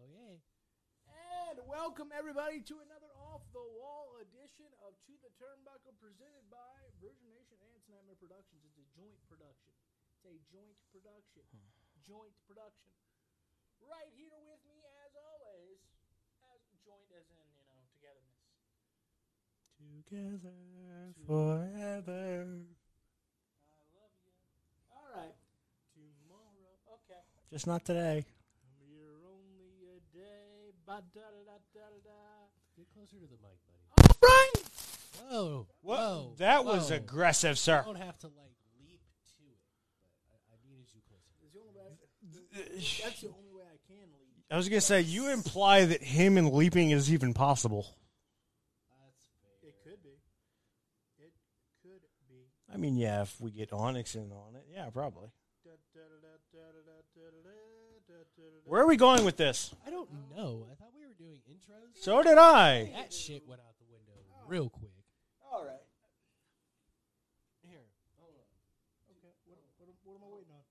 Oh, Welcome everybody to another off the wall edition of To the Turnbuckle, presented by Virgin Nation and Nightmare Productions. It's a joint production. It's a joint production. joint production. Right here with me, as always, as joint, as in you know togetherness. Together forever. I love you. All right. Tomorrow. Okay. Just not today. You're only a day. Ba da da da da da da. Get closer to the mic, buddy. Whoa! Whoa! That was whoa. aggressive, I sir. don't have to like leap to it, but I, I needed you closer. It's the only way. Oh. I- that's the only way I can leave. I was gonna say you imply that him and leaping is even possible. That's fair. It could be. It could be. I mean, yeah, if we get Onyx in on it, yeah, probably. Where are we going with this? I don't know. I thought we were doing intros. So did I. that shit went out the window real quick. All right. Here, hold on. Okay. What, what, am- what am I waiting on?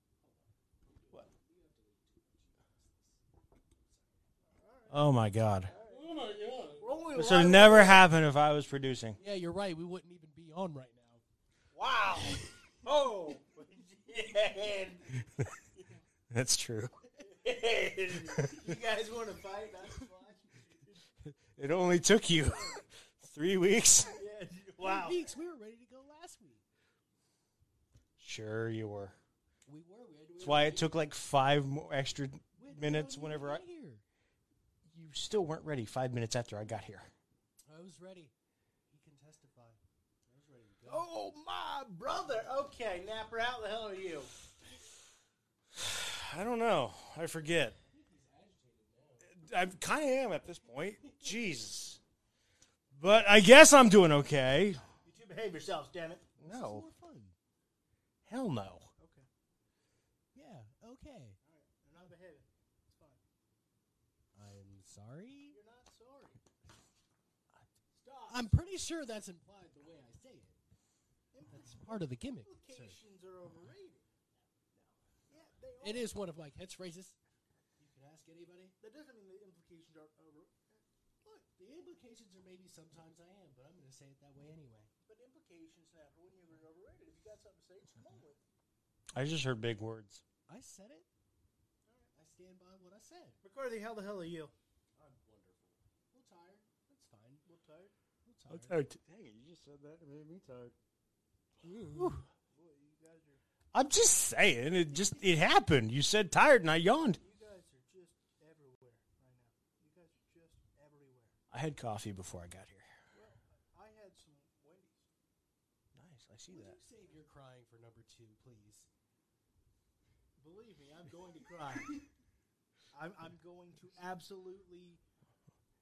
Oh my god. We're only This would have live- never happened if I was producing. Yeah, you're right. We wouldn't even be on right now. Wow. Oh. yeah. That's true. you guys want to fight? That's fine. It only took you three weeks. Yeah. Wow. Weeks, we were ready to go last week. Sure, you were. We were. We had to That's why it took like five more extra minutes whenever I. Here. You still weren't ready five minutes after I got here. I was ready. He can testify. I was ready to go. Oh my brother. Okay, Napper, how the hell are you? I don't know. I forget. I kind of am at this point. Jesus. But I guess I'm doing okay. You two behave yourselves, damn it. No. It's more fun. Hell no. Okay. Yeah. Okay. All right. They're not behaving. It's fine. I'm sorry. You're not sorry. Stop. I'm pretty sure that's implied the way I say it. That's part of the gimmick. sir. Implications are overrated. Yeah, they are. It is one of my catchphrases. You can ask anybody. That doesn't mean the implications are over. Look, the implications are maybe sometimes I am, but I'm going to say it that way anyway. But implications, Napper, wouldn't you are overrated? If you got something to say, just come on with it. I just heard big words. I said it. I stand by what I said. McCarthy, how the hell are you? I'm wonderful. A little tired. That's fine. I'm tired. A little tired. Dang it, you just said that. It made me tired. Boy, you guys are I'm just saying. It just it happened. You said tired and I yawned. you guys are just everywhere right now. You guys are just everywhere. I had coffee before I got here. Well, I had some Wendy's. Nice. I see Would that. you save your crying for number two, please? Believe me, I'm going to cry. I'm, I'm going to absolutely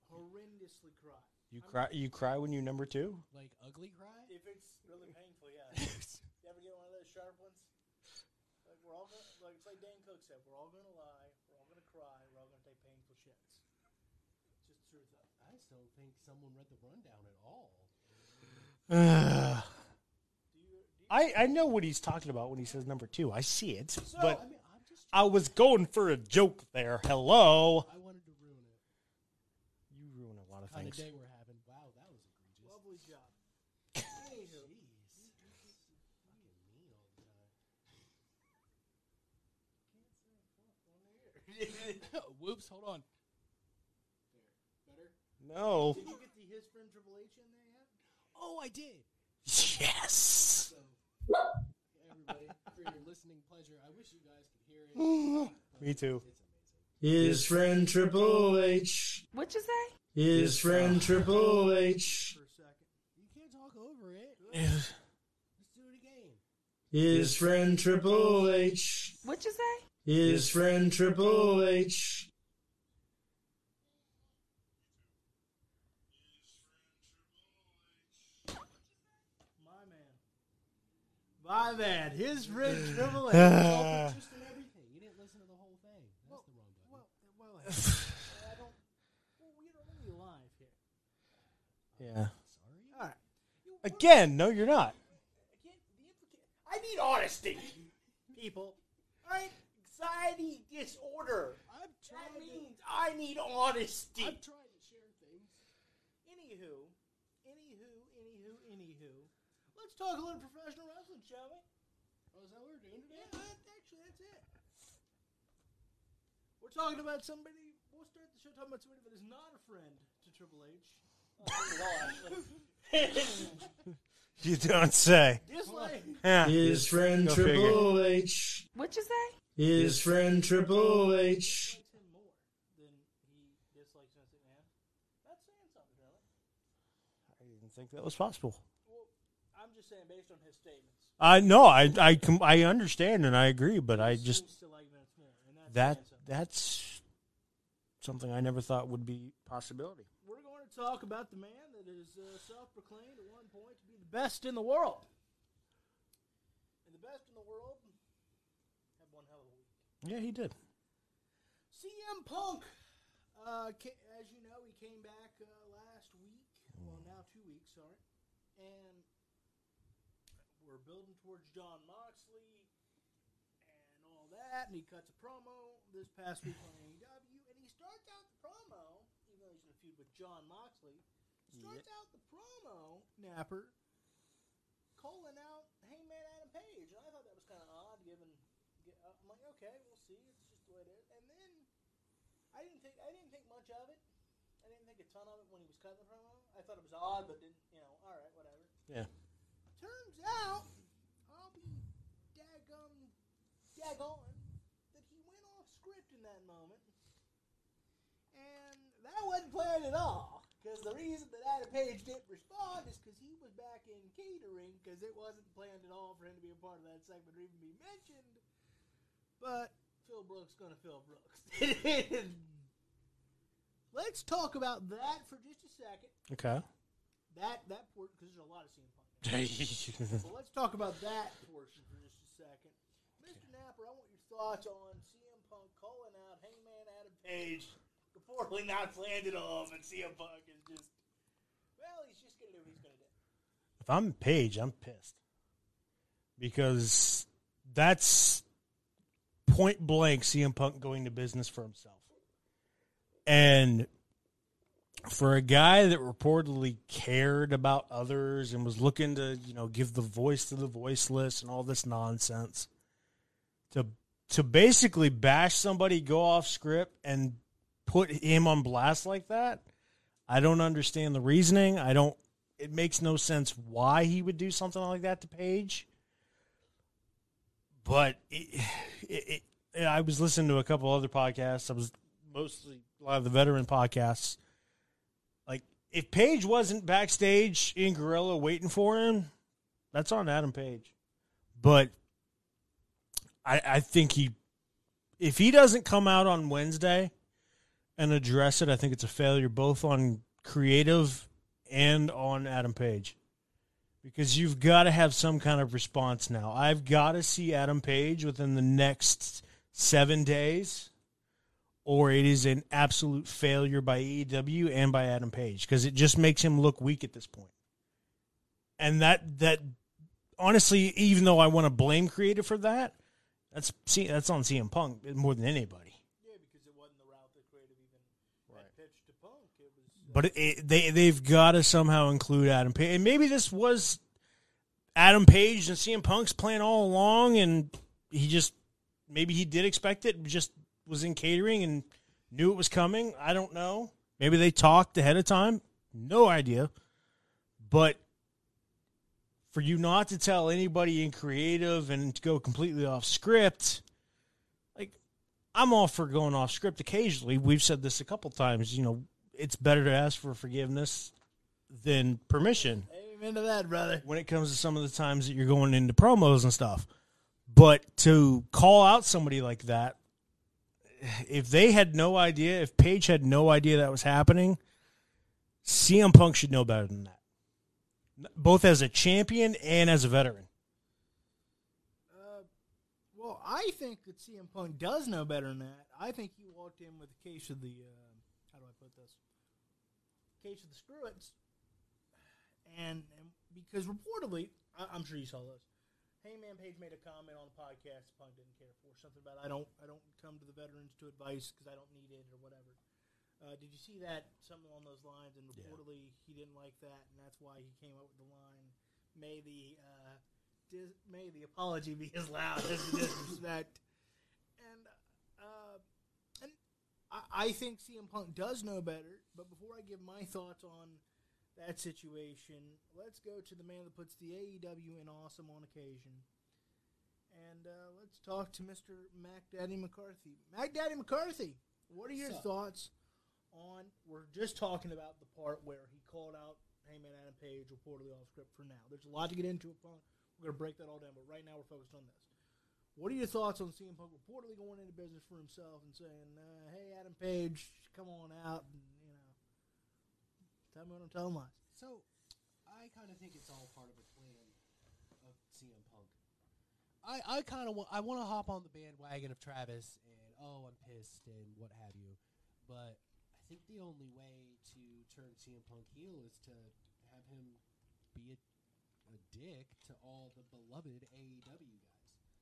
horrendously cry. You cry you cry when you number 2? Like ugly cry? If it's really painful, yeah. You ever get one of those sharp ones? Like we're all gonna, like it's like Dan Cook said, we're all gonna lie, we're all gonna cry, we're all gonna take painful shits. It's Just the truth of it. I just don't think someone read the rundown at all. Do you? Do you I I know what he's talking about when he says number 2. I see it. So, but I mean, I'm just. I was going for a joke there. Hello. I wanted to ruin it. You ruin a lot of Kind of things. day we're having. Wow, that was egregious. lovely job. Jeez. Anywho, Fucking mean all the time. Whoops, hold on. better. No. Did you get the his friend Triple H in there yet? Oh, I did. Yes. So, everybody, for your listening pleasure, I wish you guys could hear it. Me too. It's amazing. His friend Triple H. What'd you say? His friend Triple H. For a second. You can't talk over it. Let's do it again. His friend Triple H. What'd you say? His friend Triple H. My man. My man. His friend Triple H. Just in everything. You didn't listen to the whole thing. That's the wrong button. well, well, I don't. Well, we are only live here. yeah. Sorry. All right. Again, no, you're not. Again, the implica- I need honesty, people. All right, anxiety disorder. I'm That trying. To, means I need honesty. I'm trying to share things. Anywho, anywho, anywho, anywho, let's talk a little professional wrestling, shall we? Oh, is that what we're doing Yeah, today? that, actually, that's it. We're talking about somebody. We'll start the show talking about somebody that is not a friend to Triple H. You don't say. This lady, Yeah. His friend Go figure. Triple H. What'd you say? His friend Triple H. dislikes him more than he dislikes Vince McMahon. That's saying something, really. I didn't think that was possible. Well, I'm just saying based on his statements. I no, I I com- I understand and I agree, but I he just seems to like Vince more, and that's that saying something. that's something I never thought would be possibility. We're going to talk about the man that is uh, self-proclaimed at one point to be the best in the world. And the best in the world had one hell of a week. Yeah, he did. CM Punk, uh, ca- as you know, he came back uh, last week. Well, now two weeks, sorry. And we're building towards John Moxley and all that. And he cuts a promo this past week on AEW. And he starts out the promo, even though he's in a feud with John Moxley, starts out the promo, Napper, calling out Hangman Adam Page. And I thought that was kind of odd given yeah, uh, I'm like, okay, we'll see. It's just the way it is. And then I didn't think I didn't think much of it. I didn't think a ton of it when he was cutting the promo. I thought it was odd, but then you know, all right, whatever. Yeah. Turns out, I'll be daggum daggone that he went off script in that moment, and that wasn't planned at all. Because the reason that Adam Page didn't respond is because he was back in catering, because it wasn't planned at all for him to be a part of that segment or even be mentioned. But Phil Brooks gonna Phil Brooks. Let's talk about that for just a second. Okay. That that portion because there's a lot of CM Punk. now. but let's talk about that portion for just a second. Mr. Napper, I want your thoughts on CM Punk calling out Hangman Adam Page before we not planned it all, and CM Punk is just well, he's just gonna do what he's gonna do. if I'm Paige, I'm pissed because that's point blank CM Punk going to business for himself. And for a guy that reportedly cared about others and was looking to, you know, give the voice to the voiceless and all this nonsense to to basically bash somebody, go off script and put him on blast like that, I don't understand the reasoning. I don't it makes no sense why he would do something like that to Paige. But it, it, it, I was listening to a couple other podcasts. I was mostly a lot of the veteran podcasts. Like if Paige wasn't backstage in Gorilla waiting for him, that's on Adam Page. But I, I think he, if he doesn't come out on Wednesday and address it, I think it's a failure both on creative and on Adam Page because you've got to have some kind of response now. I've got to see Adam Page within the next seven days, or it is an absolute failure by AEW and by Adam Page because it just makes him look weak at this point. And that that honestly, even though I want to blame creative for that, that's see that's on CM Punk more than anybody. Yeah, because it wasn't the route that creative even had pitched to Punk. It was But it, it, they they've got to somehow include Adam Page, and maybe this was Adam Page and CM Punk's plan all along, and he just maybe he did expect it, just was in catering and knew it was coming. I don't know. Maybe they talked ahead of time. No idea. But for you not to tell anybody in creative and to go completely off script, like I'm all for going off script occasionally. We've said this a couple times. You know, it's better to ask for forgiveness than permission Amen to that, brother. when it comes to some of the times that you're going into promos and stuff. But to call out somebody like that, if they had no idea, if Paige had no idea that was happening, CM Punk should know better than that, both as a champion and as a veteran. Uh, well, I think that CM Punk does know better than that. I think he walked in with a case of the uh, how do I put this? Case of the screw-its, and, and because reportedly, I, I'm sure you saw this. Heyman Page made a comment on the podcast Punk didn't care for something about I don't I don't come to the veterans to advice because I don't need it or whatever. Uh, did you see that? Something along those lines, and Yeah. reportedly he didn't like that, and that's why he came up with the line, "May the uh, dis- may the apology be as loud as the disrespect." And uh, and I-, I think CM Punk does know better. But before I give my thoughts on that situation, let's go to the man that puts the AEW in awesome on occasion. And uh, let's talk to Mr. Mac Daddy McCarthy. Mac Daddy McCarthy, what are your Sup? thoughts on? We're just talking about the part where he called out Heyman Adam Page reportedly off script for now. There's a lot to get into. Upon we're gonna break that all down, but right now we're focused on this. What are your thoughts on CM Punk reportedly going into business for himself and saying, uh, "Hey, Adam Page, come on out and you know, tell me what I'm telling lies." So, I kind of think it's all part of a plan of CM Punk. I, I kind of want I want to hop on the bandwagon of Travis and oh I'm pissed and what have you, but I think the only way to turn CM Punk heel is to have him be a, a dick to all the beloved AEW guys,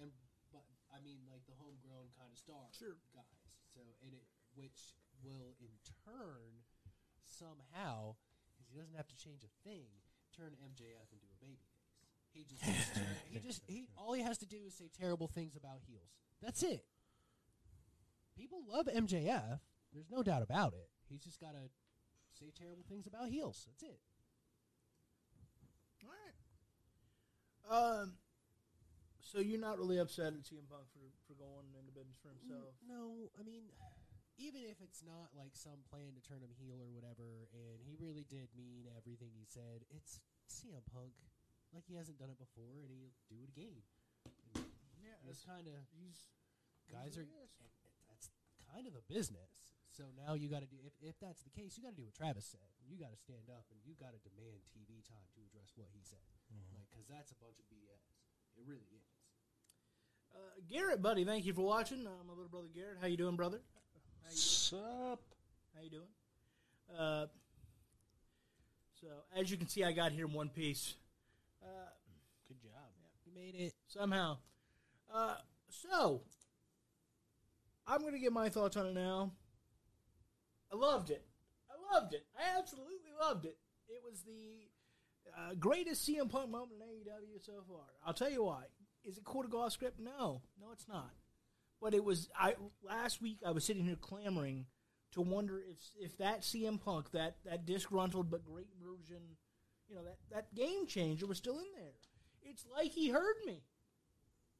and but I mean like the homegrown kind of star Sure. guys. So and it which will in turn somehow because he doesn't have to change a thing, turn MJF into a baby face. He just has to- he just he all he has to do is say terrible things about heels. That's it. People love MJF. There's no doubt about it. He's just got to say terrible things about heels. That's it. All right. Um, so you're not really upset at CM Punk for, for going into business for himself? Mm, no, I mean, even if it's not like some plan to turn him heel or whatever, and he really did mean everything he said, it's CM Punk. Like he hasn't done it before, and he'll do it again. Yeah, It's kind of he's guys he's are who he is. and it- that's kind of the business. So now you got to do if, if that's the case, you got to do what Travis said. You got to stand up and you got to demand TV time to address what he said, Like 'cause that's a bunch of BS. It really is. Uh, Garrett, buddy, thank you for watching. Uh, my little brother Garrett, how you doing, brother? How you Sup? How you doing? Uh, so as you can see, I got here in one piece. Uh, Good job. You made it. somehow. Uh, so I'm gonna give my thoughts on it now. I loved it. I loved it. I absolutely loved it. It was the uh, greatest CM Punk moment in AEW so far. I'll tell you why. Is it cool to go off script? No, no, it's not. But it was. I last week I was sitting here clamoring to wonder if if that CM Punk, that that disgruntled but great version, you know, that that game changer was still in there. It's like he heard me.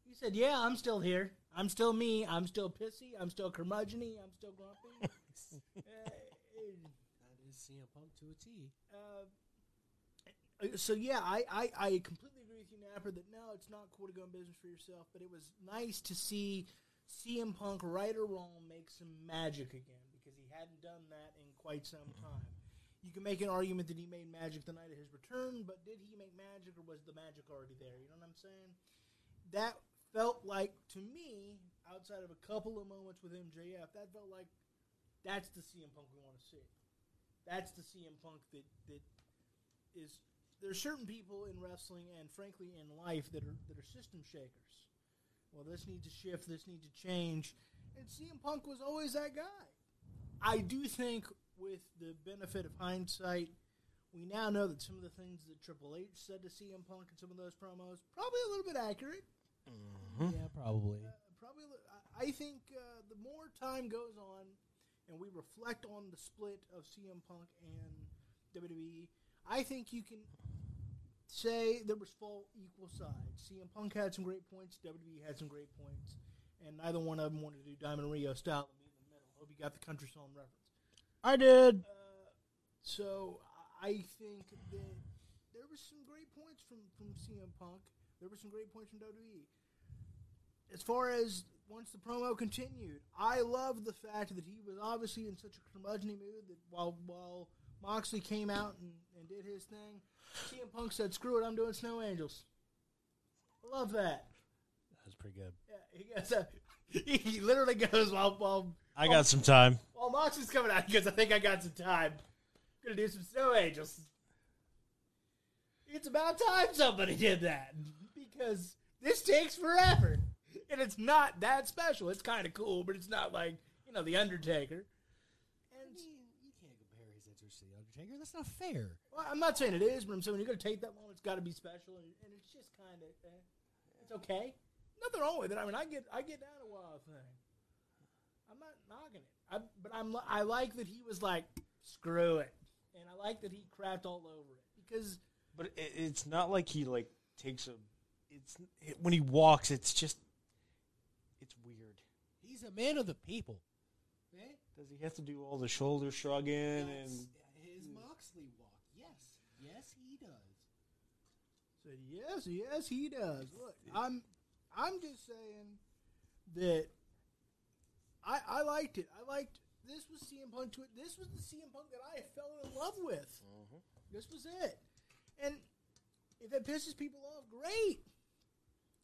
He said, "Yeah, I'm still here. I'm still me. I'm still pissy. I'm still curmudgeony. I'm still grumpy." Uh, That is CM Punk to a T. uh, so yeah, I, I, I completely agree with you, Napper, that no, it's not cool to go in business for yourself, but it was nice to see CM Punk, right or wrong, make some magic again because he hadn't done that in quite some time. You can make an argument that he made magic the night of his return, but did he make magic or was the magic already there? You know what I'm saying? That felt like to me, outside of a couple of moments with MJF, that felt like that's the CM Punk we want to see that's the CM Punk that that is. There are certain people in wrestling and frankly in life that are that are system shakers. Well, this needs to shift. This needs to change. And CM Punk was always that guy. I do think, with the benefit of hindsight, we now know that some of the things that Triple H said to CM Punk in some of those promos probably a little bit accurate. Mm-hmm. Yeah, probably. Uh, probably, a li- I- I think uh, the more time goes on, and we reflect on the split of CM Punk and WWE, I think you can say there was full equal sides. CM Punk had some great points, WWE had some great points, and neither one of them wanted to do Diamond Rio style and meet in the middle. Hope you got the country song reference. I did. Uh, so I I think that there was some great points from from CM Punk. There were some great points from WWE. As far as once the promo continued, I love the fact that he was obviously in such a curmudgeon mood that while while Moxley came out and, and did his thing, CM Punk said, "Screw it, I'm doing Snow Angels." I love that. That was pretty good. Yeah, he goes. Uh, he, he literally goes while while I got some time. well, Mox is coming out because I think I got some time. Gonna do some snow angels. It's about time somebody did that because this takes forever, and it's not that special. It's kind of cool, but it's not like you know the Undertaker. Undertaker. That's not fair. Well, I'm not saying it is, but I'm saying when you're going to take that long, it's got to be special, and, and it's just kind of, eh, it's okay. Nothing wrong with it. I mean, I get I get down to Wild Thing. I'm not knocking it, I, but I'm li- I like that he was like, screw it, and I like that he crapped all over it because But it, it's not like he like takes a. It's it, when he walks, it's just, it's weird. He's a man of the people. Okay? Does he have to do all the shoulder shrugging That's and? his Moxley walk. Yes. Yes, he does. said yes, yes, he does. Look, I'm I'm just saying that I I liked it. I liked this was CM Punk to it. This was the CM Punk that I fell in love with. Mm-hmm. This was it. And if it pisses people off, great.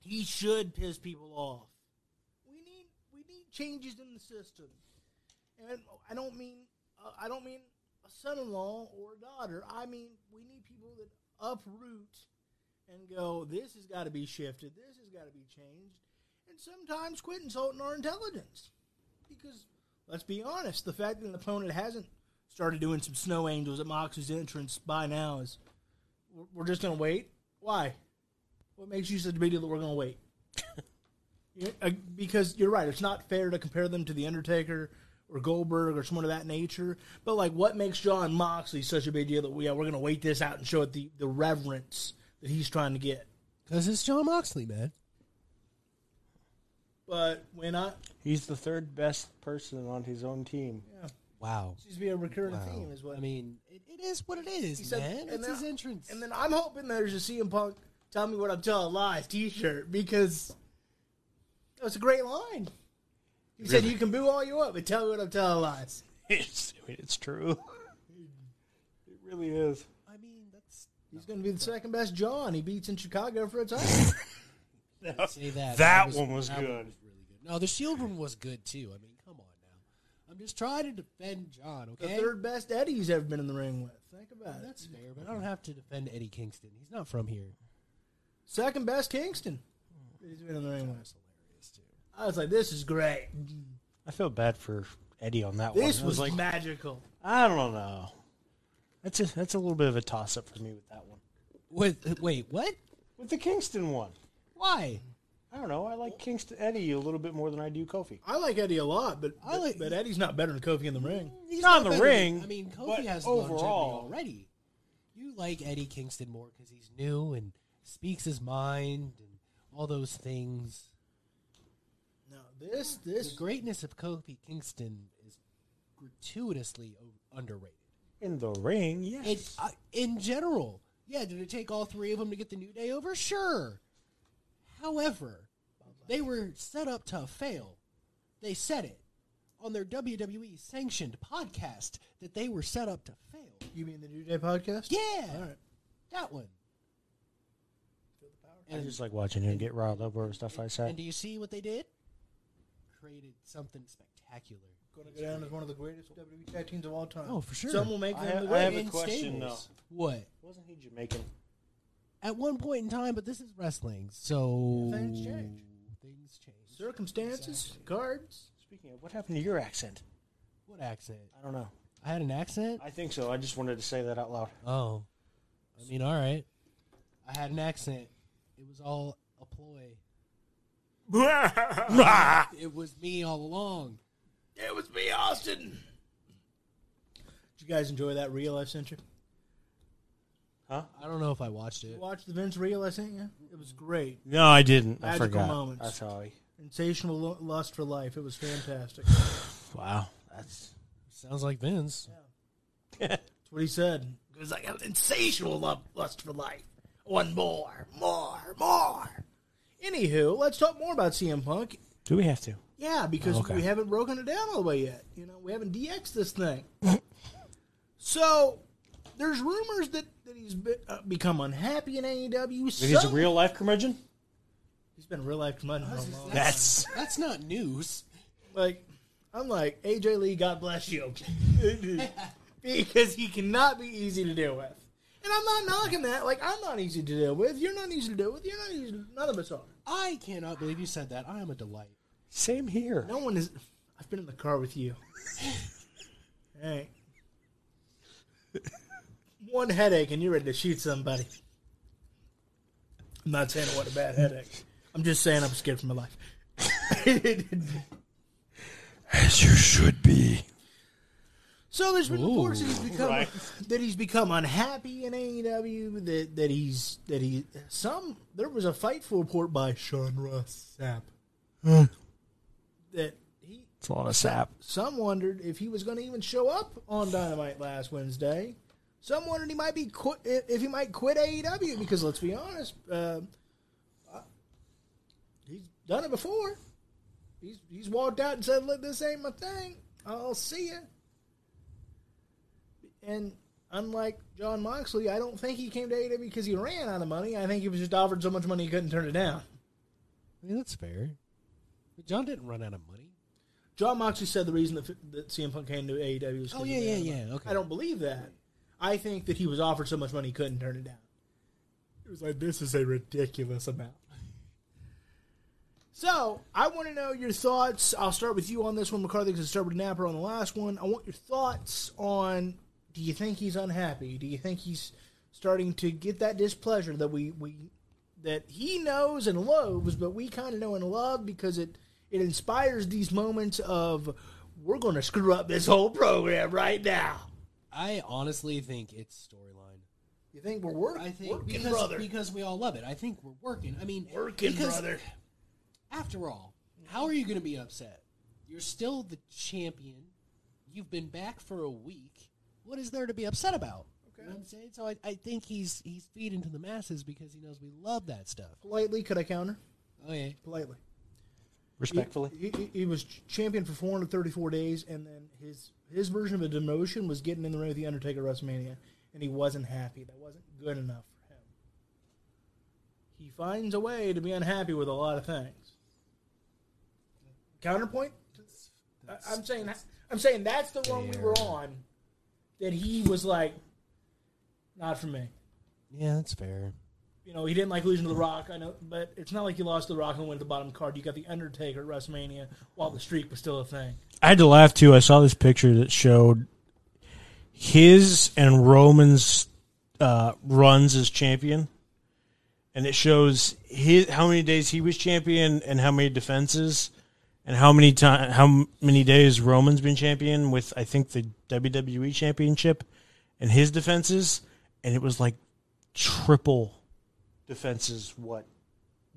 He should piss people off. We need we need changes in the system, and I don't mean uh, I don't mean a son-in-law or a daughter. I mean we need people that uproot and go. This has got to be shifted. This has got to be changed. And sometimes quit insulting our intelligence, because let's be honest, the fact that an opponent hasn't started doing some snow angels at Mox's entrance by now is we're- we're just gonna wait. Why? What makes you so big deal that we're gonna wait? You- uh, because you're right. It's not fair to compare them to the Undertaker or Goldberg or someone of that nature. But like, what makes John Moxley such a big deal that we yeah, we're gonna wait this out and show it the the reverence that he's trying to get? Because it's John Moxley, man. But when I He's the third best person on his own team. yeah, Wow. seems to be a recurring Wow. theme is what I mean, it, it is what it is, He said- man. and it's then- his entrance. And then I'm hoping there's a CM Punk tell me what I'm telling lies T-shirt because that was a great line. He said, "You can boo all you want, but tell me what I'm telling lies." It's it's true. It really is. I mean, that's He's going to be the second best John. He beats in Chicago for a title. say that. That one was that good. was really good. No, the Shield one was good too. I mean, come on now. I'm just trying to defend John. the Okay, third best Eddie he's ever been in the ring with. Think about it. that's fair, but I don't have to defend Eddie Kingston. He's not from here. Second best Kingston he's been in the ring with. That's hilarious too. I was like, "This is great. I feel bad for Eddie on that one. This I was magical." I don't know. That's a that's a little bit of a toss up for me with that one. With wait, what? With the Kingston one, Why? I don't know. I like Kingston Eddie a little bit more than I do Kofi. I like Eddie a lot, but I like- but Eddie's not better than Kofi in the ring. He's Not in the better than- ring, I mean, Kofi but has overall- longevity already. You like Eddie Kingston more because he's new and speaks his mind and all those things. Mm. No, this The this greatness of Kofi Kingston is gratuitously o- underrated. In the ring, yes. It, I uh, in general, yeah. Did it take all three of them to get the New Day over? Sure. However, they were set up to fail. They said it on their WWE sanctioned podcast that they were set up to fail. you mean the New Day podcast? Yeah, All right. that one. I And, just like watching him get riled up over stuff like and that. do you see what they did? Created something spectacular. Going to go down as one of the greatest WWE tag teams of all time. Oh, for sure. Some will make I them have- the I have a greatest. question, though. What? Wasn't he Jamaican? At one point in time, but this is wrestling, so Things change. Things change. Circumstances, cards. Speaking of, what happened to your accent? What accent? I don't know. I had an accent. I think so. I just wanted to say that out loud. Oh, I mean, all right. I had an accent. It was all a ploy. It was me all along. It was me, Austin. Did you guys enjoy that reel I sent you? I don't know if I watched it. Watch the Vince reel I sent you. It was great. No, I didn't. Magical moments. That's how I. Sensational lo- lust for life. It was fantastic. Wow. That's. Sounds like Vince. That's what he said. It was like an insatiable love, lust for life. One more, more, more. Anywho, let's talk more about CM Punk. Do we have to? Yeah, because Okay. we haven't broken it down all the way yet. You know, we haven't DX this thing. so there's rumors that, that he's be, uh, become unhappy in AEW. That he's a Some- real life curmudgeon? He's been a real life curmudgeon for a long time. That's. That's not news. Like, I'm like, AJ Lee, God bless you. because he cannot be easy to deal with. And I'm not knocking that. Like, I'm not easy to deal with. You're not easy to deal with. You're not easy to, None of us are. I cannot believe you said that. I am a delight. Same here. No one is. I've been in the car with you. hey. One headache and you're ready to shoot somebody. I'm not saying I want a bad headache. I'm just saying I'm scared for my life. As you should be. so there's been reports that he's become right. that he's become unhappy in AEW. That that he's that he some there was a fightful report by Sean Ross Sapp that he It's a lot of sap. Some wondered if he was going to even show up on Dynamite last Wednesday. Some wondered he might be quit if if he might quit AEW because let's be honest, uh, I- he's done it before. He's he's walked out and said, "Look, this ain't my thing. I'll see ya." And unlike John Moxley, I don't think he came to AEW because he ran out of money. I think he was just offered so much money he couldn't turn it down. I mean, that's fair. But John didn't run out of money. John Moxley said the reason that, that CM Punk came to AEW was 'cause Oh, of yeah, yeah, Dynamite. yeah, okay. I don't believe that. I think that he was offered so much money he couldn't turn it down. It was like this is a ridiculous amount. So I want to know your thoughts. I'll start with you on this one, McCarthy, because I started with Napper on the last one. I want your thoughts on: Do you think he's unhappy? Do you think he's starting to get that displeasure that we we that he knows and loves, but we kind of know and love because it it inspires these moments of we're going to screw up this whole program right now. I honestly think it's storyline. You think we're work, I think working, because, brother? because we all love it. I think we're working. I mean, working, because brother. After all, how are you going to be upset? You're still the champion. You've been back for a week. What is there to be upset about? You know what I'm saying? So I, I think he's he's feeding to the masses because he knows we love that stuff. Politely, could I counter? Okay. Politely. Respectfully. He, he, he was ch- champion for 434 days, and then his his version of a demotion was getting in the ring with the Undertaker at WrestleMania, and he wasn't happy. That wasn't good enough for him. He finds a way to be unhappy with a lot of things. Counterpoint? I, I'm saying I'm saying that's the one we were on. That he was like, not for me. Yeah, that's fair. You know, he didn't like losing to The Rock. I know, but it's not like you lost to The Rock and went to the bottom card. You got the Undertaker at WrestleMania while the streak was still a thing. I had to laugh too. I saw this picture that showed his and Roman's uh, runs as champion, and it shows his how many days he was champion and how many defenses, and how many time how m- many days Roman's been champion with I think the WWE championship, and his defenses, and it was like triple defenses what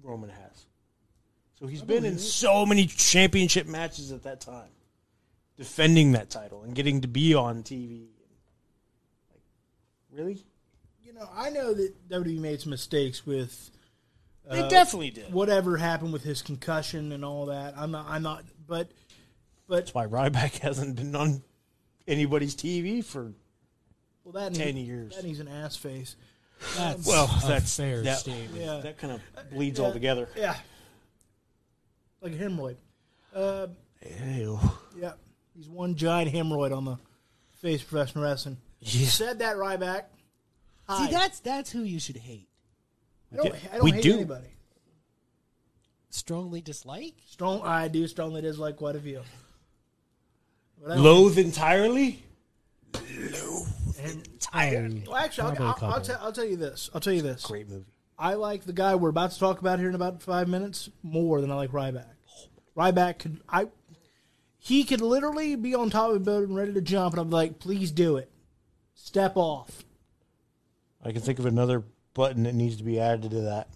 Roman has. So he's been in so many championship matches at that time, defending that title and getting to be on TV. Like, really? You know, I know that WWE made some mistakes with They definitely did. whatever happened with his concussion and all that. I'm not, I'm not, but but That's why Ryback hasn't been on anybody's TV for well, that and 10 he- years. That and he's an ass face. That's well. a That's fair that, statement. Yeah. That kind of bleeds Yeah. all together. Yeah, like a hemorrhoid. Uh, Ew. yeah, he's one giant hemorrhoid on the face. of Professional wrestling. You Said that Ryback. See, Hi. that's that's who you should hate. I don't, I don't We hate do. anybody. Strongly dislike. Strong, I do strongly dislike quite a few. But uh, I don't- Loathe entirely. and- Entirely. well, actually, I'll, Probably a I'll, I'll, couple. tell- I'll tell you this. I'll tell you this. Great movie. I like the guy we're about to talk about here in about five minutes more than I like Ryback. Ryback could I, he could literally be on top of a building ready to jump, and I'm like, please do it, step off. I can think of another button that needs to be added to that.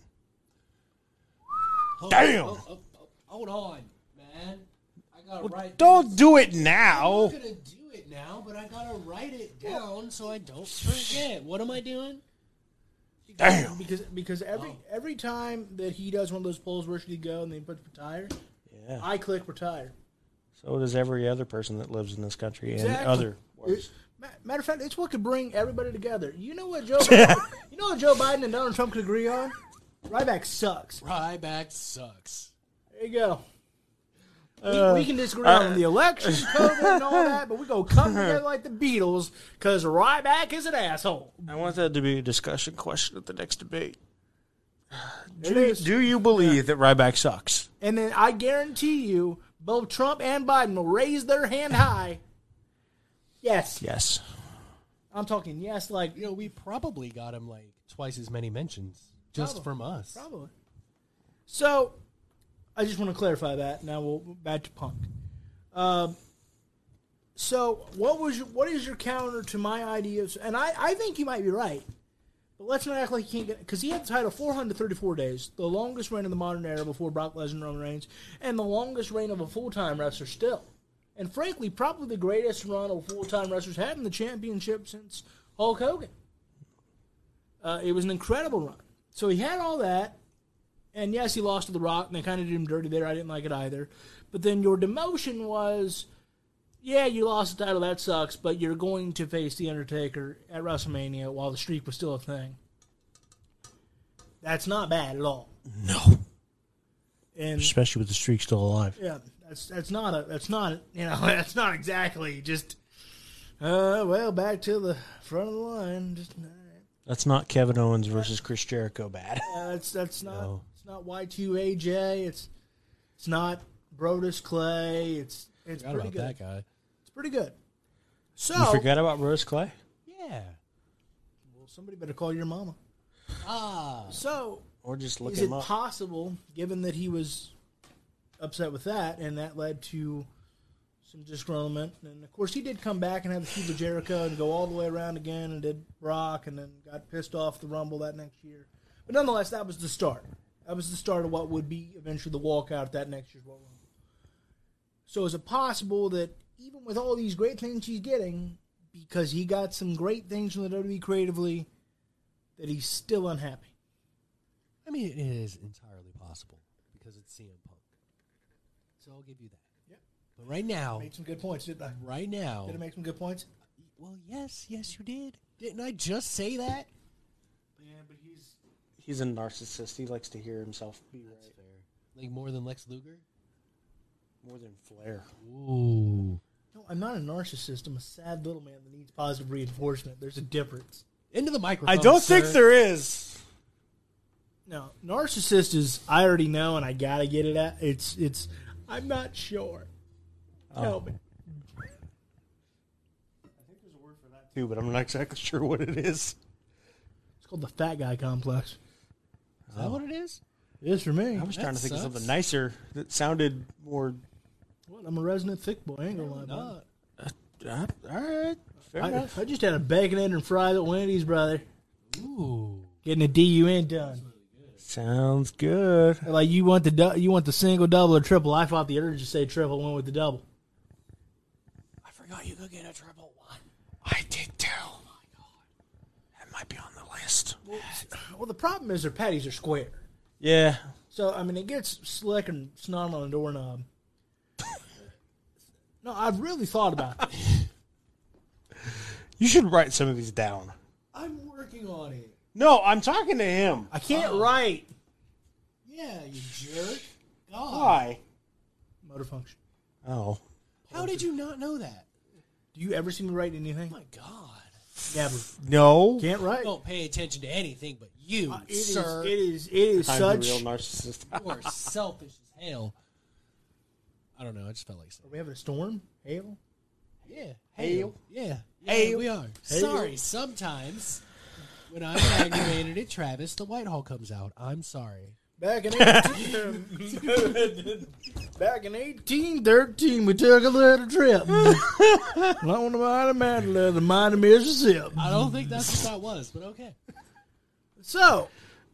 Hold- Damn. oh, oh, oh, hold on, man. I got to right. Don't do it I'm now. not gonna do it now, but I gotta write it down so I don't forget. What am I doing? Damn. Because because every every time that he does one of those polls, where should he go, and then he puts retire, Yeah. I click retire. So does every other person that lives in this country Exactly. and other It- words. ma- Matter of fact, it's what could bring everybody together. You know what Joe? you know what Joe Biden and Donald Trump could agree on? Ryback sucks. Ryback sucks. There you go. We, we can disagree on the election, COVID, and all that, but we go come together like the Beatles because Ryback is an asshole. I want that to be a discussion question at the next debate. It is. Do you believe that Ryback sucks? And then I guarantee you, both Trump and Biden will raise their hand high. Yes. Yes. I'm talking yes, like You know, we probably got him like twice as many mentions just Probably. from us. Probably. So, I just want to clarify that. Now we'll back to punk. Um, so, what was your, what is your counter to my ideas? And I, I think you might be right, but let's not act like you can't get because he had the title 434 days, the longest reign in the modern era before Brock Lesnar and Roman Reigns, and the longest reign of a full time wrestler still, and frankly, probably the greatest run of full time wrestlers had in the championship since Hulk Hogan. Uh, it was an incredible run. So he had all that, and yes, he lost to The Rock, and they kind of did him dirty there. I didn't like it either. But then your demotion was, yeah, you lost the title, that sucks, but you're going to face The Undertaker at WrestleMania while the streak was still a thing. That's not bad at all. No, And especially with the streak still alive. yeah, that's that's not a that's not a- you know that's not exactly just. Uh, well, back to the front of the line. Just, That's not Kevin Owens versus Chris Jericho bad. Uh, it's that's not No. it's not Y two AJ. It's it's not Brodus Clay. It's it's Forgot pretty about good. that guy. It's pretty good. So You forgot about Rose Clay? Yeah. well, somebody better call your mama. Ah. So Or just look is him it up? possible, given that he was upset with that, and that led to some disgruntlement, and of course he did come back and have the feud with Jericho and go all the way around again, and did Brock, and then got pissed off the Rumble that next year. But nonetheless, that was the start. That was the start of what would be eventually the walkout at that next year's Royal Rumble. So is it possible that even with all these great things he's getting, because he got some great things from the WWE creatively, that he's still unhappy? I mean, it is entirely possible because it's CM Punk. So I'll give you that. Yep. But right now, Made some good points, didn't I? right now, Did I make some good points? well, yes, yes, you did. Didn't I just say that? Yeah, but he's He's a narcissist. He likes to hear himself be right fair. Like more than Lex Luger? more than Flair. Ooh. no. I'm not a narcissist. I'm a sad little man that needs positive reinforcement. There's a difference. Into the microphone. I don't sir. think there is. No, narcissist is I already know and I gotta get it at. It's it's I'm not sure. No, but Too, but I'm not exactly sure what it is. it's called the fat guy complex. Is that what it is? It is for me. I was That trying to think of sucks. something nicer that sounded more. Well, I'm a resident thick boy. I ain't gonna lie. about Not. Uh, all right, fair it. enough. I, I just had a bacon egg and fries at Wendy's, brother. Ooh. Getting a DUN done. Sounds good. Like you want the du- you want the single, double, or triple. I fought the urge to say triple. Went with the double. I forgot you could get a triple one. I did too. Oh my god, that might be on the list. Well, the problem is their patties are square. Yeah, So I mean, it gets slick and snot on the doorknob. no, I've really thought about this. you should write some of these down. I'm working on it. No, I'm talking to him. I can't write Yeah, you jerk. God. Why? motor function. Oh, How did you not know that? Do you ever see me write anything? Oh my God. Never. no. Can't write. Don't pay attention to anything but you, Uh, it is- sir. It is. It is I'm such. the real narcissist. you are selfish as hell. I don't know. I just felt like Are we having a storm? Hail? Yeah. Hail. Yeah. Hail. Yeah, we are. Sorry. Sometimes when I'm aggravated at Travis, the Whitehall comes out. I'm sorry. Back in 18, back in eighteen thirteen, we took a little trip along the mighty mantle of the mighty Mississippi. I don't think that's what that was, but okay. So,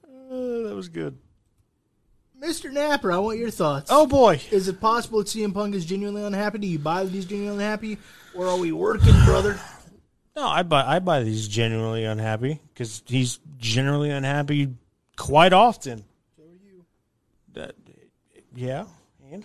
Uh, that was good. Mr. Napper, I want your thoughts. Oh boy. Is it possible that CM Punk is genuinely unhappy? Do you buy that he's genuinely unhappy? Or are we working, brother? No, I buy I buy these genuinely unhappy because he's generally unhappy quite often. So are you. That- yeah, and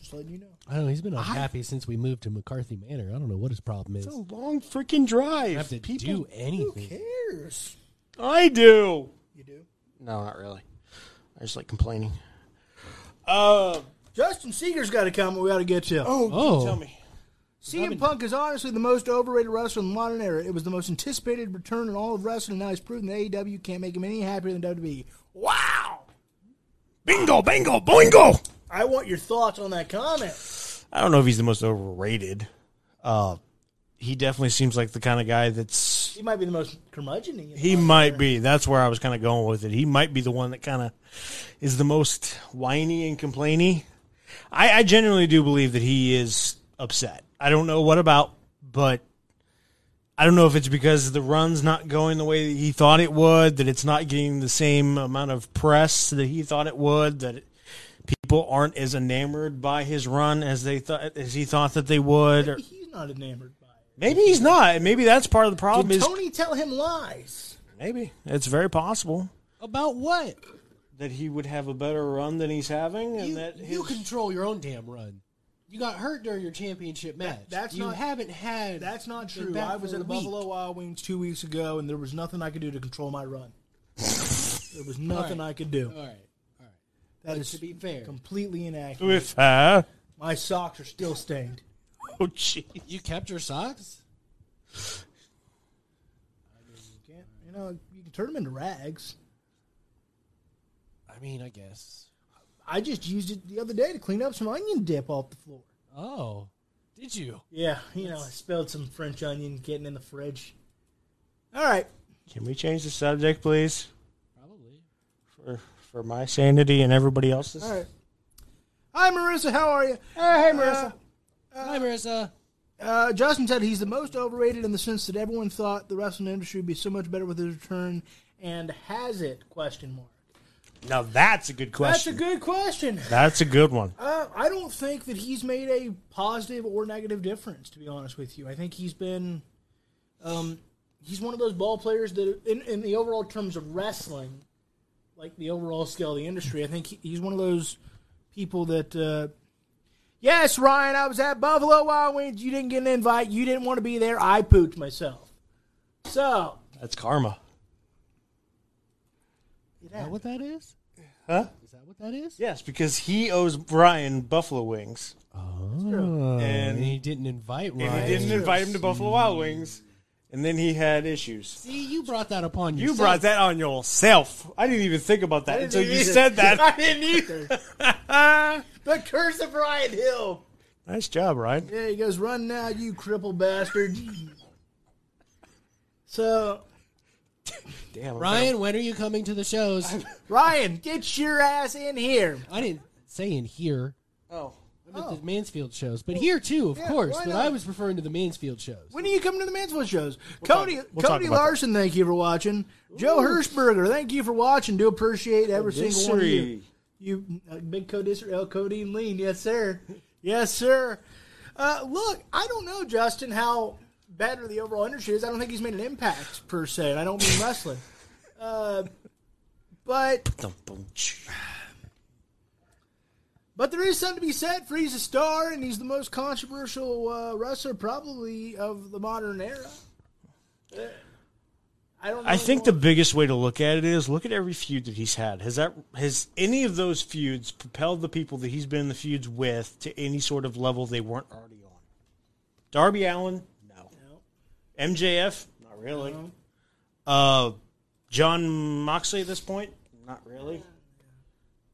Just letting you know. I don't know. He's been unhappy since we moved to McCarthy Manor. I don't know what his problem is. it's a long freaking drive. I have to People, do Who anything. cares? I do. You do? No, not really. I just like complaining. Uh, Justin Seeger's got a comment we ought to get to. oh, Oh. tell me. CM Punk is honestly the most overrated wrestler in the modern era. It was the most anticipated return in all of wrestling, and now he's proven that AEW can't make him any happier than WWE. Wow! Bingo, bingo, boingo. I want your thoughts on that comment. I don't know if he's the most overrated. Uh, he definitely seems like the kind of guy that's He might be the most curmudgeon. He might be. That's where I was kind of going with it. He might be the one that kind of is the most whiny and complainy. I, I genuinely do believe that he is upset. I don't know what about, but I don't know if it's because the run's not going the way that he thought it would, that it's not getting the same amount of press that he thought it would, that people aren't as enamored by his run as they thought as he thought that they would. Or, He's not enamored by maybe he's not. Maybe that's part of the it. problem. Did Is Tony tell him lies? maybe it's very possible. About what? that he would have a better run than he's having, and You, that his, you control your own damn run. You got hurt during your championship match. that's you not- haven't had. That's not been true. back I was for at a the week. Buffalo Wild Wings two weeks ago, and there was nothing I could do to control my run. There was nothing Alright. I could do. All right, all That right. is To be fair, completely inaccurate. with her. My socks are still stained. Oh, gee. you kept your socks. You can't, you know, you can turn them into rags. I mean, I guess. I just used it the other day to clean up some onion dip off the floor. Oh, did you? Yeah, you know, I spilled some French onion getting in the fridge. All right. Can we change the subject, please, Probably. for for my sanity and everybody else's? All right. Hi, Marissa. How are you? Hey, Marissa. Hi, Marissa. Uh, Justin said he's the most overrated in the sense that everyone thought the wrestling industry would be so much better with his return, and has it? Question mark. now that's a good That's a question. good question. That's a good one. Uh, I don't think that he's made a positive or negative difference. To be honest with you, I think he's been, um, he's one of those ball players that, in, in the overall terms of wrestling, like the overall scale of the industry, I think he, he's one of those people that. Uh, yes, Ryan, I was at Buffalo Wild Wings. You didn't get an invite. You didn't want to be there. I pooped myself. So That's karma. it Is that happened. what that is? Huh? Is that what that is? Yes, because he owes Brian Buffalo Wings, Oh, And- and he didn't invite Ryan. and he didn't invite him to Buffalo Wild Wings, and then he had issues. See, you brought that upon You yourself. brought that on yourself. I didn't even think about that I didn't until you either. said that. I didn't either. the curse of Ryan Hill. nice job, Ryan. Yeah, he goes, run now, you cripple bastard. so, Damn, I'm Ryan, when are you coming to the shows? Ryan, get your ass in here. I didn't say in here. Oh. I meant the Mansfield shows, but here too, of yeah, course. why But not? I was referring to the Mansfield shows. When are you coming to the Mansfield shows? Cody talk- we'll talk Cody about that. Larson, thank you for watching. Joe Hirschberger, thank you for watching. Do appreciate every single one of you. You uh, big Codisser, El Codeine Lean, yes sir, yes sir. Uh, look, I don't know, Justin, how better the overall industry is. I don't think he's made an impact per se, and I don't mean wrestling. Uh, but But there is something to be said for he's a star and he's the most controversial uh, wrestler probably of the modern era. Uh, I don't. Know I think the anyone- biggest way to look at it is look at every feud that he's had. Has that has any of those feuds propelled the people that he's been in the feuds with to any sort of level they weren't already on? Darby Allen, no. MJF, not really. Uh, John Moxley at this point, not really.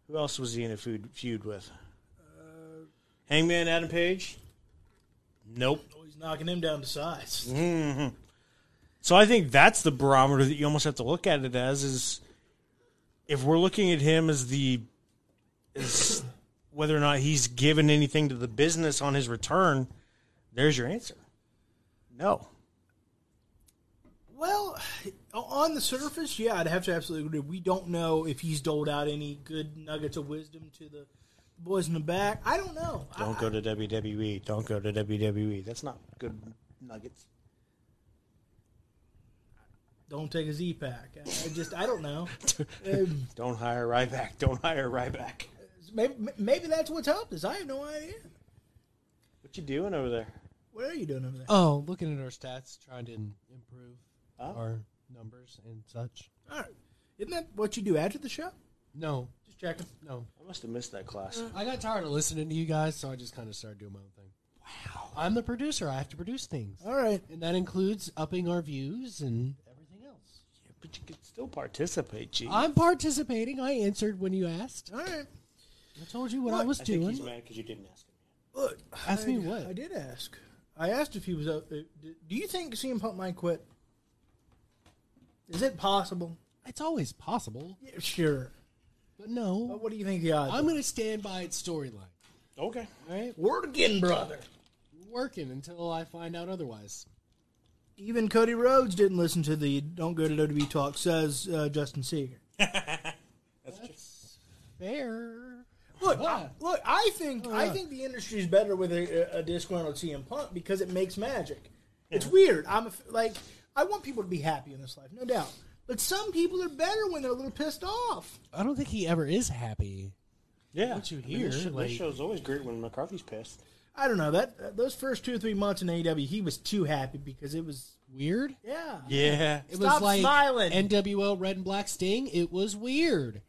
Who else was he in a feud feud with? Hangman Adam Page, nope. Oh, he's knocking him down to size. Mm-hmm. So I think that's the barometer that you almost have to look at it as is if we're looking at him as the as whether or not he's given anything to the business on his return, there's your answer. No. Well, on the surface, yeah, I'd have to absolutely agree. We don't know if he's doled out any good nuggets of wisdom to the boys in the back. I don't know. Don't I, go to WWE. Don't go to WWE. That's not good nuggets. don't take a Z pack. I, I just I don't know. Um, Don't hire Ryback. Don't hire Ryback. maybe maybe that's what's helped us. I have no idea. What you doing over there? What are you doing over there? Oh, looking at our stats, trying to im- improve Oh. our numbers and such. All right. Isn't that what you do after the show? No, Just checking. no. I must have missed that class. I got tired of listening to you guys, so I just kind of started doing my own thing. Wow. I'm the producer. I have to produce things, All right. and that includes upping our views and everything else. But you could still participate, Gee. I'm participating. I answered when you asked. All right. I told you what I Look, was I think doing. he's mad because you didn't ask him. Look, Ask me I- what? I did ask. I asked if he was. Uh, uh, d- do you think CM Punk might quit? Is it possible? It's always possible, Yeah, sure. but no. But what do you think the odds? I'm going to stand by its storyline. Okay. All right, Working, brother. working until I find out otherwise. Even Cody Rhodes didn't listen to the "Don't Go to WWE" talk," says uh, Justin Seeger. That's fair. Look, Yeah. I, look, I think I Oh, yeah. think the industry is better with a, a- a disgruntled CM Punk because it makes magic. It's weird. I'm a f like I want people to be happy in this life, no doubt. But some people are better when they're a little pissed off. I don't think he ever is happy. Yeah. What you I mean, this hear, sh- this, like- show's always great when McCarthy's pissed. I don't know that that- those first two or three months in AEW, he was too happy because it was Weird. yeah. Yeah. It Stop was like smiling. NWO Red and Black Sting. It was weird.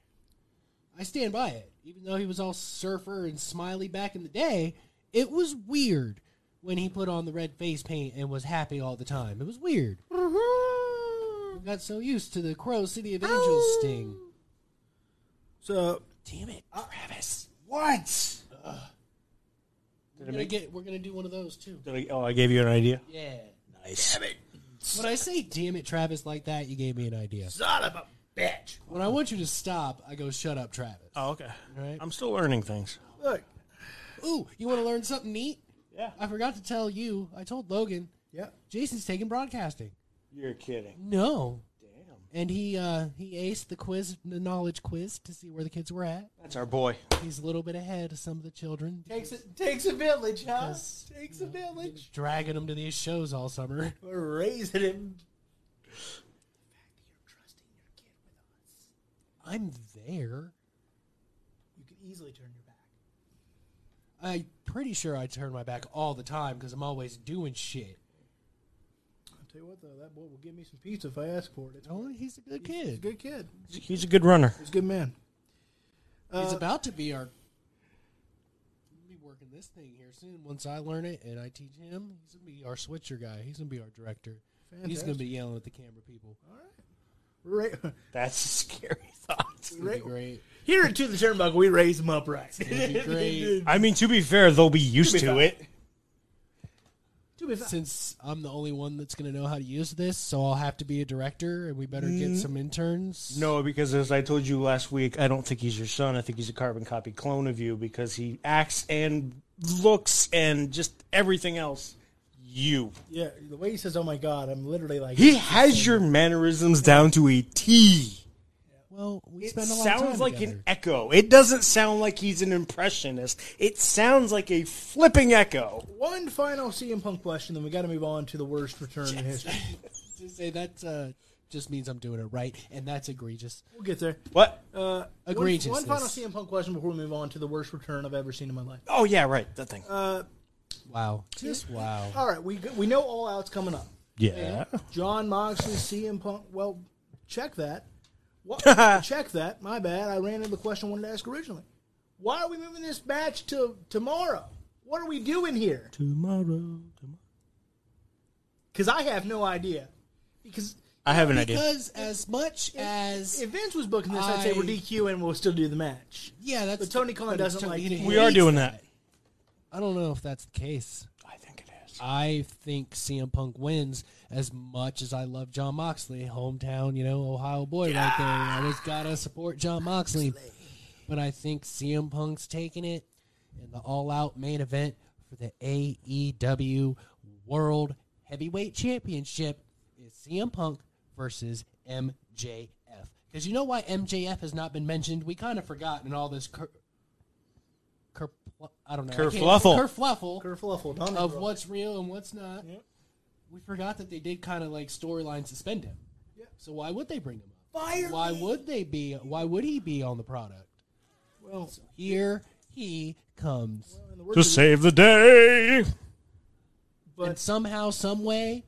I stand by it. Even though he was all surfer and smiley back in the day, it was weird when he put on the red face paint and was happy all the time. It was weird. Mm-hmm. I got so used to the Crow City of Angels Oh. sting. So Damn it, Uh, Travis. What? We're gonna, get, we're gonna do one of those too. Did I, oh, I gave you an idea. Yeah. Nice. Damn it. When I say damn it, Travis, like that, you gave me an idea. son of a bitch. When I want you to stop, I go, shut up, Travis. Oh, okay. Right. I'm still learning things. Look, Ooh, you want to learn something neat? Yeah. I forgot to tell you. I told Logan. yeah, Jason's taking broadcasting. You're kidding. No, Damn. and he uh, he aced the quiz, the knowledge quiz, to see where the kids were at. That's our boy. He's a little bit ahead of some of the children. takes it takes a village, huh? Because, takes you a know, village. Dragging them to these shows all summer. We're raising him. I'm there. You could easily turn your back. I'm pretty sure I turn my back all the time because I'm always doing shit. I'll tell you what, though, that boy will give me some pizza if I ask for it. It's Oh, he's a good he's a kid. good kid. He's a good runner. He's a good man. he's Uh, about to be our. We'll be working this thing here soon. Once I learn it and I teach him, he's gonna be our switcher guy. He's gonna be our director. He's gonna be yelling at the camera people. Ra- That's a scary thought. It's gonna be great. Here at To the Turnbuckle, we raise him up right. It'd be great. I mean, to be fair, they'll be used to it. to be fair, Since I'm the only one that's gonna know how to use this, so I'll have to be a director, and we better Mm-hmm. get some interns. No, because as I told you last week, I don't think he's your son. I think he's a carbon copy clone of you because he acts and looks and just everything else. You. yeah, the way he says, "Oh my God," I'm literally like, He has your mannerisms down to a T. Well, we It spend a lot of time sounds like together. an echo. It doesn't sound like he's an impressionist. It sounds like a flipping echo. One final CM Punk question, then we got to move on to the worst return in history. to say that uh, just means I'm doing it right, and that's egregious. We'll get there. What? Uh, one, Egregiousness. one final CM Punk question before we move on to the worst return I've ever seen in my life. Oh yeah, right. That thing. Uh, Wow, just wow. All right, we we know All Out's coming up. yeah. John Moxley, CM Punk. Well, check that. What, check that. My bad. I ran into the question I wanted to ask originally. Why are we moving this match to tomorrow? What are we doing here? Tomorrow. tomorrow. Because I have no idea. Because I have an idea. Because as much as if Vince was booking this, I... would say we're I- DQ and we'll still do the match. yeah, that's But Tony Khan it's doesn't Tony- like he- he We are hates doing that. I don't know if that's the case. I think it is. I think CM Punk wins as much as I love John Moxley, hometown, you know, Ohio boy right there. I always gotta support John Moxley. But I think CM Punk's taking it in the all out main event for the AEW World Heavyweight Championship is CM Punk versus MJF. Because you know why MJF has not been mentioned? We kind of forgot in all this. Cur- cur- I don't know. I can't- Kerfluffle. Kerfluffle Kerfluffle, Donald of Trump. what's real and what's not. Yep. We forgot that they did kind of like storyline suspend him. Yep. So why would they bring him up? Fire Why me. would they be? Why would he be on the product? Well, Here he comes, in the words To of- save the day. and but, somehow, some way,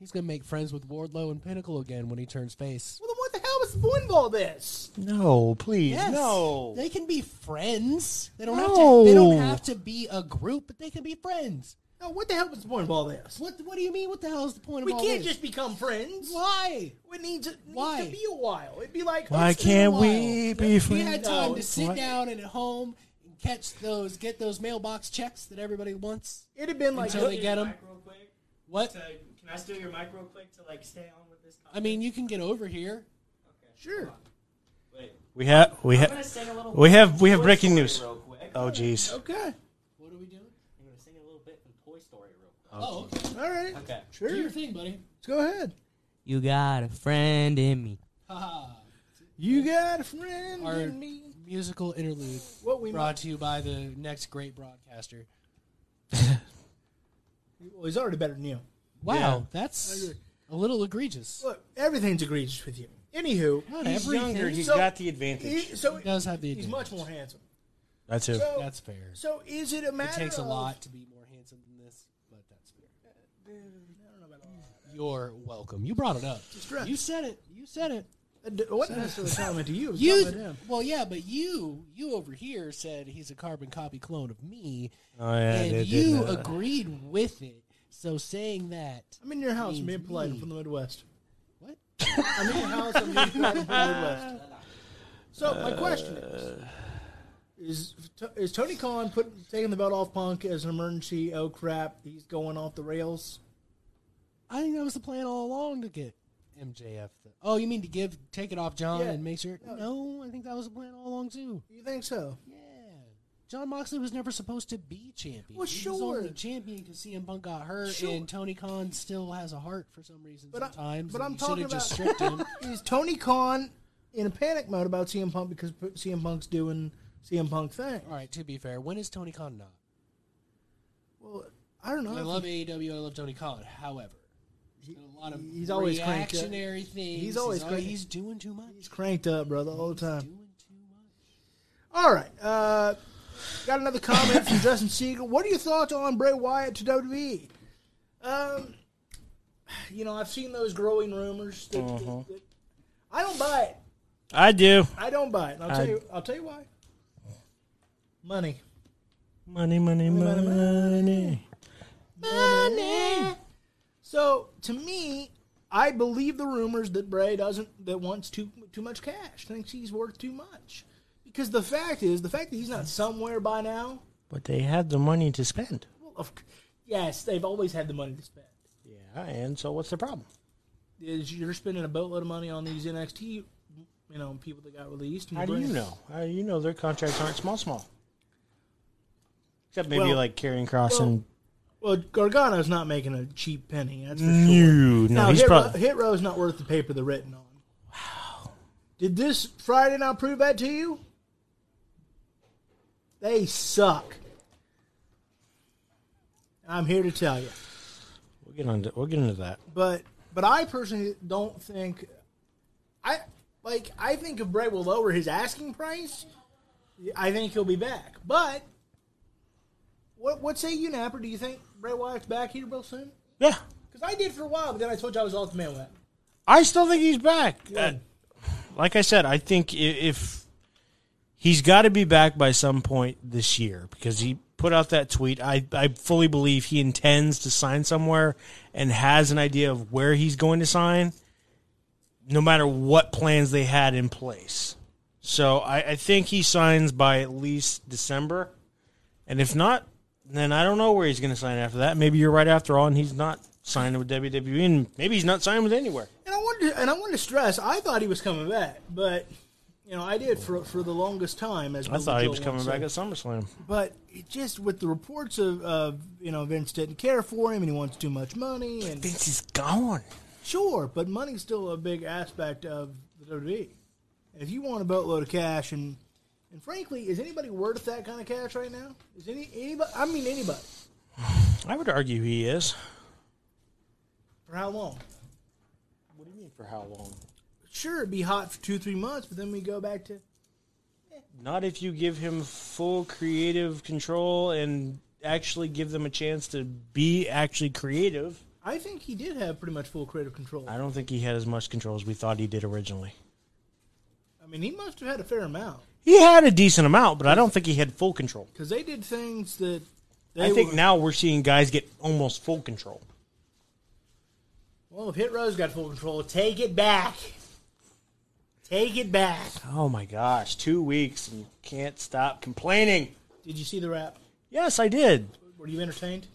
he's gonna make friends with Wardlow and Pinnacle again when he turns face. well, then what the hell was the point of all this? No, please, Yes, no. they can be friends. They don't have No. to. They don't have to be a group, but they can be friends. No, what the hell was the point of all this? What What do you mean? What the hell is the point We of all can't this? just become friends. why? It needs, it Why? needs to be a while. It'd be like Why it's- can't been a we while. be We friends? had time to sit What? down and at home and catch those, get those mailbox checks that everybody wants It'd have been like until they get them. Real quick, What? to, can Can I steal your mic real quick to like stay on with this? I mean, you can get over here. Okay. Sure. Wait. We have we I'm have gonna sing a little. we have we have Toy breaking Story news. Real quick. Oh jeez. Okay. What are we doing? I'm gonna sing a little bit from Toy Story real quick. Oh, okay. All right. Okay. Sure. Do your Let's thing, buddy. go ahead. You got a friend in me. Haha. You got a friend Our- in me. Musical interlude What we brought to you by the next great broadcaster. Well, he's already better than you. Wow, Yeah. that's agree. a little egregious. Look, everything's egregious with you. Anywho, Not He's everything. younger. He's So- got the he, advantage. so He does have the he's much advantage. more handsome. That's it. So, That's fair. so is it a matter? It takes a of- lot to be more handsome than this, but that's fair. I don't know about all that. You're welcome. You brought it up. Distress. You said it. You said it. Uh, d- It wasn't necessarily a compliment to you. It was a You compliment to him. well, yeah, but you you over here said he's a carbon copy clone of me, Oh yeah, and they did you that. agreed with it. So saying that, I'm in your house. I'm Means being polite. I'm me. from the Midwest. what? I'm in your house. I'm being polite. I'm from the Midwest. So my question is: Is is Tony Khan putting taking the belt off Punk as an emergency? Oh crap! He's going off the rails. I think that was the plan all along to get MJF. The, oh, you mean to give take it off John Yeah. and make sure? No. No, I think that was the plan all along too. You think so? Yeah, John Moxley was never supposed to be champion. Well, he was sure. only champion because CM Punk got hurt, Sure. and Tony Khan still has a heart for some reason. But I- sometimes, but and I'm you shoulda talking just about- stripped him. Is Tony Khan in a panic mode about CM Punk because P- CM Punk's doing CM Punk thing? All right, to be fair, when is Tony Khan not? Well, I don't know. I if love AEW. I love Tony Khan. However, he- there's been a lot of he's always cranked up. reactionary things. He's always al- cranked- he's doing too much. He's cranked up, brother, all the He's time. doing too much. All right. Uh, got another comment from Justin Siegel. What are your thoughts on Bray Wyatt to WWE? Um, you know, I've seen those growing rumors. That, that- Uh-huh. that- I don't buy it. I do. I don't buy it. And I'll I- tell you. I'll tell you why. Money. Money, money, money, money. Money. So to me, I believe the rumors that Bray doesn't that wants too too much cash, thinks he's worth too much. Because the fact is, the fact that he's not somewhere by now. But they had the money to spend. Well, of, c- yes, they've always had the money to spend. Yeah, and so what's the problem? Is you're spending a boatload of money on these NXT, you know, people that got released. and How do bring- you know? How do you know their contracts aren't small, small? Except maybe Well- like carrying Cross well, and Well, Gargano's not making a cheap penny. That's for Mm, sure. no, no, now, he's Hit, Row- probably Hit Row's not worth the paper they're written on. Wow. Did this Friday not prove that to you? They suck. I'm here to tell you. we'll get on. to- We'll get into that. But but I personally don't think I like I think if Bray will lower his asking price, I think he'll be back. But what what say you, Napper? Do you think Bray Wyatt's back here real soon? Yeah, Because I did for a while, but then I told you I was off the man with. I still think he's back. Yeah. Uh, like I said, I think i- if he's got to be back by some point this year because he put out that tweet. I I fully believe he intends to sign somewhere and has an idea of where he's going to sign, no matter what plans they had in place. So I, I think he signs by at least December, and if not, then I don't know where he's going to sign after that. Maybe you're right after all, and he's not signing with WWE, and maybe he's not signing with anywhere. And I wanted to, and I wanted to stress, I thought he was coming back, but you know, I did for for the longest time. As I thought he Joel was coming once back said. at SummerSlam. but it just with the reports of, of you know Vince didn't care for him and he wants too much money and Vince is gone. Sure, but money's still a big aspect of the WWE. If you want a boatload of cash, and and frankly, is anybody worth that kind of cash right now? Is any anybody? I mean, anybody. I would argue he is. For how long? What do you mean for how long? Sure, it'd be hot for two, three months, but then we go back to. Not if you give him full creative control and actually give them a chance to be actually creative. I think he did have pretty much full creative control. I don't think he had as much control as we thought he did originally. I mean, he must have had a fair amount He had a decent amount, but I don't think he had full control. because they did things that. They I think were- now we're seeing guys get almost full control. Well, if Hit Row's got full control, take it back. Take it back. Oh my gosh, two weeks and you can't stop complaining. Did you see the rap? Yes, I did. Were you entertained?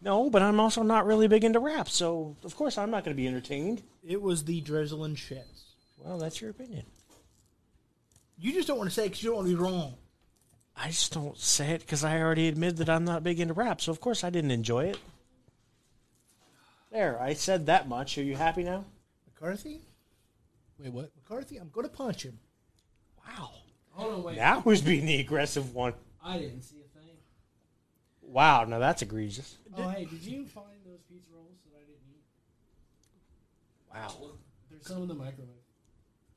No, but I'm also not really big into rap, so of course I'm not going to be entertained. It was the drizzling shits. Well, that's your opinion. You just don't want to say because you don't want to be wrong. I just don't say it because I already admitted that I'm not big into rap, so of course I didn't enjoy it. There, I said that much. Are you happy now? McCarthy, Wait, what? McCarthy, I'm going to punch him. Wow. Hold on, wait. Now who's being the aggressive one? I didn't see a thing. Wow, now that's egregious. Oh, hey, did you find those pizza rolls that I didn't eat? Wow. There's some in the microwave.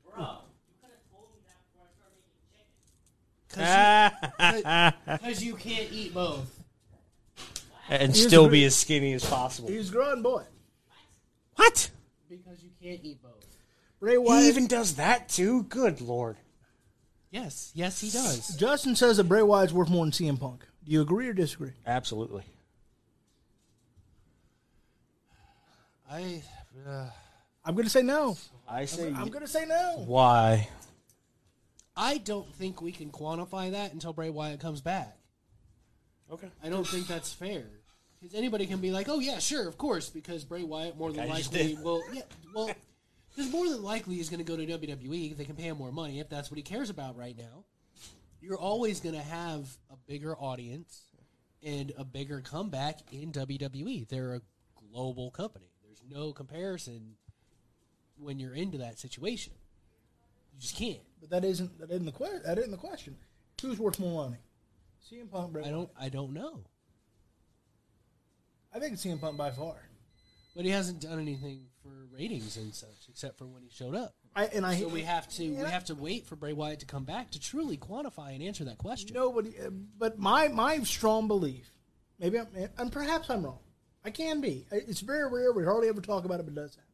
Bro, you could have told me that before I started making chicken. Because you can't eat both. and Here's still the- be as skinny as possible. He's a grown boy. What? Because you can't eat both. Ray Wyatt. He even does that too? Good lord. Yes, yes, he does. Justin says that Bray Wyatt's worth more than CM Punk. Do you agree or disagree? Absolutely. I. Uh, I'm going to say no. I say I'm going to say no. why. I don't think we can quantify that until Bray Wyatt comes back. Okay. I don't think that's fair. Because anybody can be like, "Oh yeah, sure, of course," because Bray Wyatt more than I just likely did. will. Yeah, well, because more than likely he's going to go to WWE. They can pay him more money if that's what he cares about right now. You're always going to have a bigger audience and a bigger comeback in WWE. They're a global company. There's no comparison when you're into that situation. You just can't. But that isn't that isn't the question. That isn't the question. Who's worth more money? CM Punk. Bray I don't. I don't know. I think it's CM Punk by far. But he hasn't done anything for ratings and such, except for when he showed up. I and I. So we have to Yeah. we have to wait for Bray Wyatt to come back to truly quantify and answer that question. nobody. uh, But my my strong belief, maybe I'm, and perhaps I'm wrong. I can be. I- It's very rare. We hardly ever talk about it, but it does happen.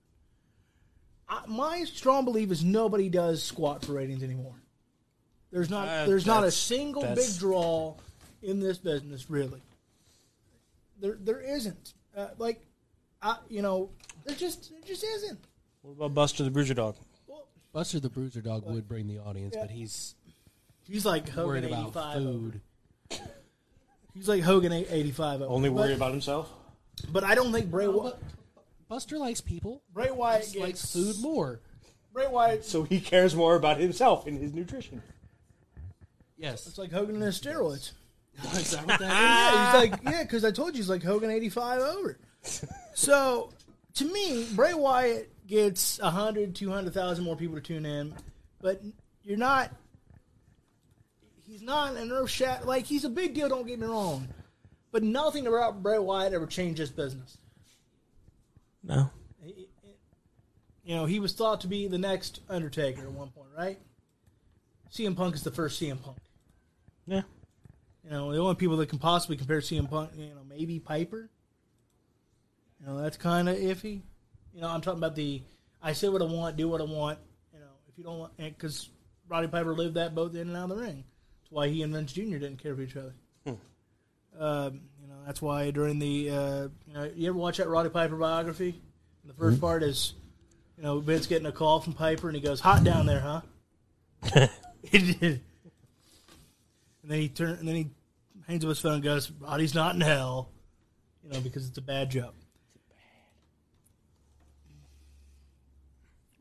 I, my strong belief is nobody does squat for ratings anymore. There's not. Uh, there's not a that's- single that's- big draw in this business, really. There, there isn't. Uh, like, I, you know, there just, there just isn't. What about Buster the Bruiser Dog? Well, Buster the Bruiser Dog would bring the audience, but he's he's like Hogan worried about 85. over. food. He's like Hogan eight- 85. over. Only but, worried about himself? But I don't think Bray. Wy- Buster likes people, Bray Wyatt just gets likes food more. Bray Wyatt. So he cares more about himself and his nutrition. Yes, It's like Hogan and his steroids. is that what that is? Yeah, he's like yeah, because I told you he's like Hogan eighty five over. So to me, Bray Wyatt gets 100, 200,000 more people to tune in, but you're not. He's not an earth shat like he's a big deal. Don't get me wrong, but nothing about Bray Wyatt ever changed this business. No. You know, he was thought to be the next Undertaker at one point, right? CM Punk is the first CM Punk. Yeah. You know, the only people that can possibly compare CM Punk, you know, maybe Piper. You know, that's kind of iffy. You know, I'm talking about the I say what I want, do what I want. You know, if you don't want, because Roddy Piper lived that both in and out of the ring. That's why he and Vince Jr. didn't care for each other. Um, you know, that's why during the, uh, you know, you ever watch that Roddy Piper biography? And the 1st part is, you know, Vince getting a call from Piper and he goes, "Hot down there, huh?" It did. And then he turn and then he hangs up his phone and goes, Roddy's not in hell. You know, because it's a bad job.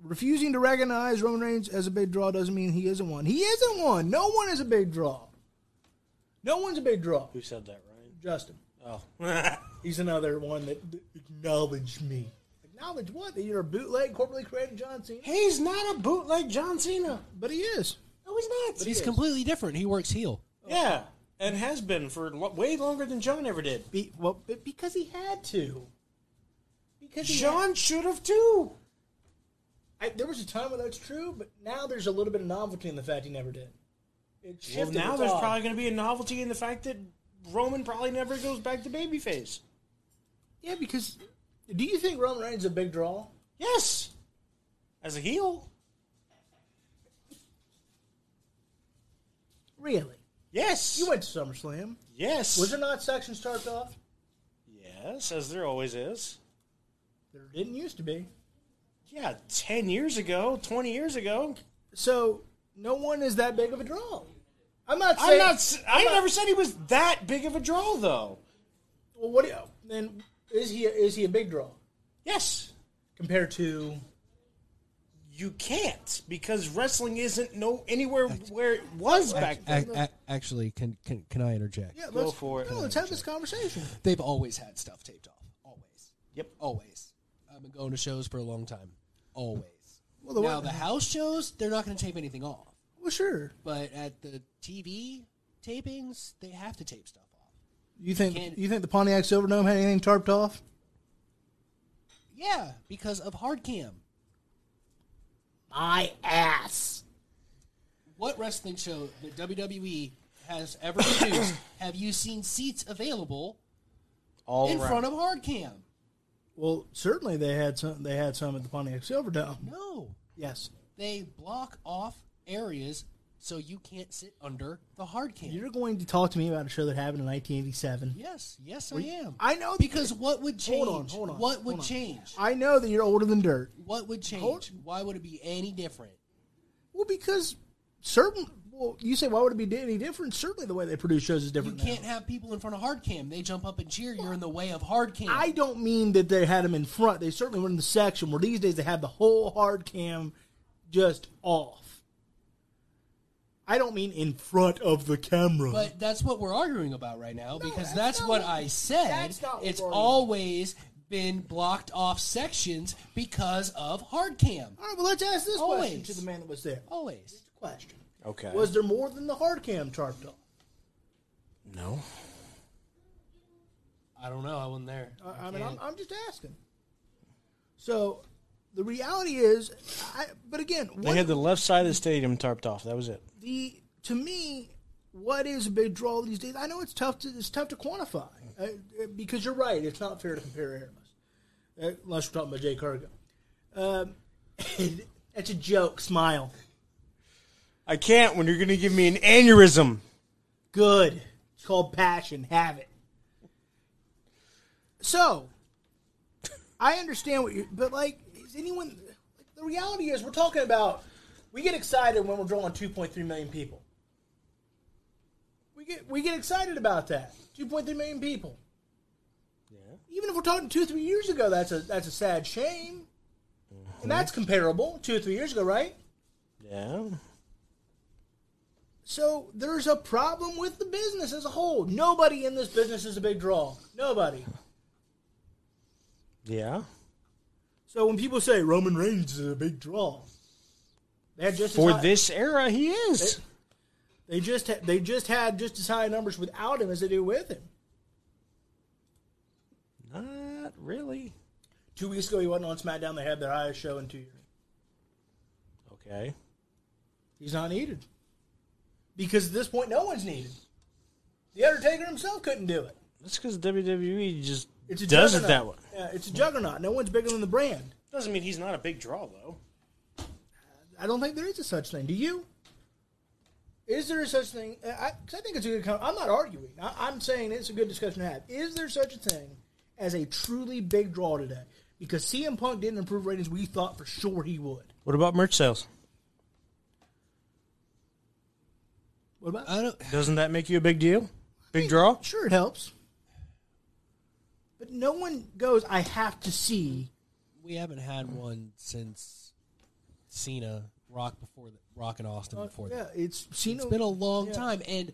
Refusing to recognize Roman Reigns as a big draw doesn't mean he isn't one. He isn't one. No one is a big draw. No one's a big draw. Who said that, Ryan? Justin. Oh. He's another one that that acknowledged me. Acknowledge what? That you're a bootleg, corporately created John Cena? He's not a bootleg John Cena. But he is. No, he's not. But he's completely different. He works heel. yeah, and has been for lo- way longer than John ever did. Be, well, but because he had to. Because he had- John should have too. I, there was a time when that's true, but now there's a little bit of novelty in the fact he never did. It Well, shifted now with there's time. probably going to be a novelty in the fact that Roman probably never goes back to babyface. yeah because do you think Roman Reigns is a big draw? Yes, as a heel. Really? Yes, You went to SummerSlam. yes, Was there not section starts off? yes, as there always is. There didn't used to be. Yeah, ten years ago, twenty years ago. So no one is that big of a draw. I'm not I'm saying. not. s- I never said he was that big of a draw, though. well, what do you, Then is he a, is he a big draw Yes, compared to? you can't because wrestling isn't no anywhere where it was back then. actually, can, can can I interject? Yeah, Go let's, for it. No, let's have this conversation. They've always had stuff taped off. Always. Yep. Always. I've been going to shows for a long time. Always. Well, the now one- the house shows, they're not going to tape anything off. Well, sure. But at the TV tapings, they have to tape stuff off. You think Can't- you think the Pontiac Silverdome had anything tarped off? Yeah, because of hard cam. My ass. What wrestling show that WWE has ever produced have you seen seats available All in around. front of hard cam? Well, certainly they had some. They had some at the Pontiac Silverdome. No. Yes. They block off areas so you can't sit under the hard cam. You're going to talk to me about a show that happened in 1987. Yes, yes, I am. I know that- because what would change? Hold on, hold on. What would hold on. change? I know that you're older than dirt. What would change? Hold- Why would it be any different? Well, because certain. Well, you say why would it be any different? Certainly, the way they produce shows is You different. now. can't have people in front of hard cam. They jump up and cheer. You're in the way of hard cam. I don't mean that they had them in front. They certainly were in the section where these days they have the whole hard cam just off. I don't mean in front of the camera. but that's what we're arguing about right now because that's, not what what- I said. that's not what it's we're arguing. always been blocked off sections because of hard cam. All right, well, let's ask this question Always. to the man that was there. Always. Question: Okay. Was there more than the hard cam tarped off? no. I don't know. I wasn't there. I, I mean, I'm, can't- I'm just asking. So, the reality is, I, but again, They what had the left side of the stadium tarped off. That was it. the to me, what is a big draw these days? I know it's tough to it's tough to quantify uh, uh, because you're right. It's not fair to compare eras uh, unless we're talking about Jay Cargo. Um, that's a joke. Smile. I can't when you're going to give me an aneurysm. Good. It's called passion. Have it. So, I understand what you, but like, is anyone? Like, the reality is, we're talking about. We get excited when we're drawing 2.3 million people. We get we get excited about that. 2.3 million people. Yeah. Even if we're talking two three years ago, that's a that's a sad shame. And that's comparable two or three years ago, right? Yeah. So there's a problem with the business as a whole. Nobody in this business is a big draw. Nobody. Yeah. So when people say Roman Reigns is a big draw, they had just as For high- this era, he is. they just ha- they just had just as high numbers without him as they do with him. Not really. Two weeks ago, he wasn't on SmackDown. They had their highest show in two years. Okay. He's not needed because at this point, no one's needed. The Undertaker himself couldn't do it. That's because WWE E just It's a does it juggernaut. that way. Yeah, it's a juggernaut. No one's bigger than the brand. Doesn't mean he's not a big draw, though. I don't think there is a such thing. Do you? Is there a such thing? Because I, 'cause I think it's a good. con- I'm not arguing. I, I'm saying it's a good discussion to have. Is there such a thing as a truly big draw today? Because CM Punk didn't improve ratings, we thought for sure he would. What about merch sales? What about? I don't. Doesn't that make you a big deal? Big draw? Sure, it helps. But no one goes. I have to see. We haven't had one since Cena Rock before the, Rock and Austin before Uh, yeah, that. it's Cena, It's been a long yeah. time, and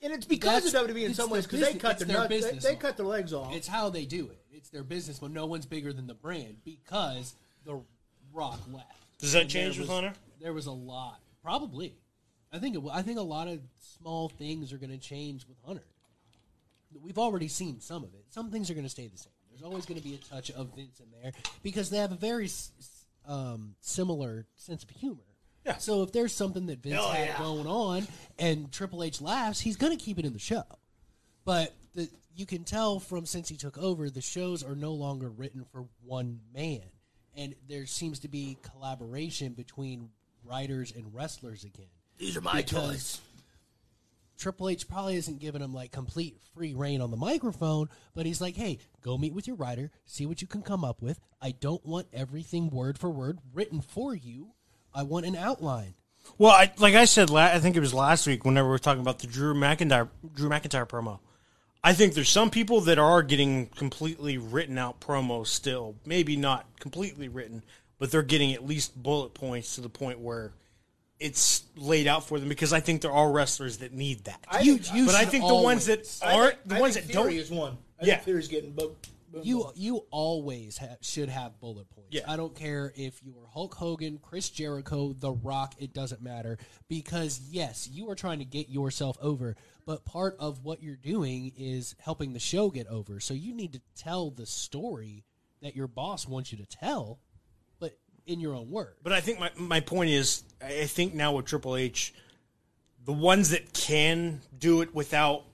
and it's because That's- of WWE in it's some their ways because they business- cut it's their, their nuts, they- business they, model. cut their legs off. it's how they do it. It's their business when no one's bigger than the brand because the Rock left. Does that And there change with was- Hunter? There was a lot, probably. I think it, will- I think a lot of small things are going to change with Hunter. We've already seen some of it. Some things are going to stay the same. There's always going to be a touch of Vince in there because they have a very s- s- um, similar sense of humor. Yeah. So if there's something that Vince Oh, had yeah. going on and Triple H laughs, he's going to keep it in the show. But the, you can tell from since he took over, the shows are no longer written for one man, and there seems to be collaboration between writers and wrestlers again. These are my Because- Triple H probably isn't giving him like complete free reign on the microphone, but he's like, "Hey, go meet with your writer, see what you can come up with. I don't want everything word for word written for you. I want an outline." Well, I, like I said, la- I think it was last week whenever we were talking about the Drew McIntyre Drew McIntyre promo. I think there's some people that are getting completely written out promos still. Maybe not completely written, but they're getting at least bullet points to the point where it's laid out for them because I think there are wrestlers that need that. I you, think- you but I should think the ones always- that I aren't think- the I ones think that Fury don't is one. I Yeah. think Fury's getting bo- boom, you boom. you always ha should have bullet points. Yeah. I don't care if you are Hulk Hogan, Chris Jericho, The Rock. It doesn't matter because yes, you are trying to get yourself over, but part of what you're doing is helping the show get over. So you need to tell the story that your boss wants you to tell, but in your own words. But I think my, my point is, I I think now with Triple H, the ones that can do it without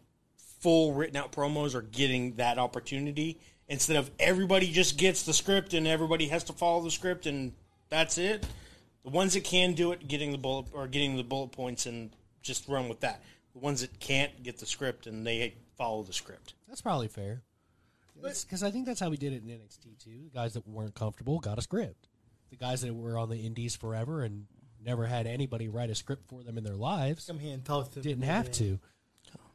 full written out promos are getting that opportunity instead of everybody just gets the script and everybody has to follow the script and that's it. The ones that can do it, getting the bullet or getting the bullet points and just run with that. The ones that can't get the script and they follow the script. That's probably fair. Because I think that's how we did it in NXT too. The guys that weren't comfortable got a script. The guys that were on the indies forever and never had anybody write a script for them in their lives come here and talk to didn't me, have man. to.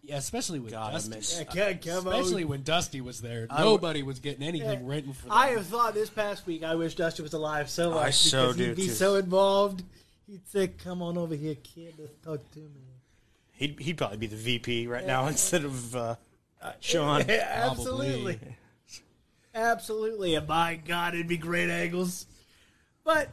Yeah, especially with God, I Dusty. miss- Yeah, come- come on. Especially when Dusty was there, nobody was getting anything Yeah. written for them. I have thought this past week. I wish Dustin was alive so much I so because do, he'd be too. so involved. He'd say, "Come on over here, kid. Let's talk to me." He'd, he'd probably be the VP right now instead of uh, Sean. Absolutely, absolutely. And by God, it'd be great angles. But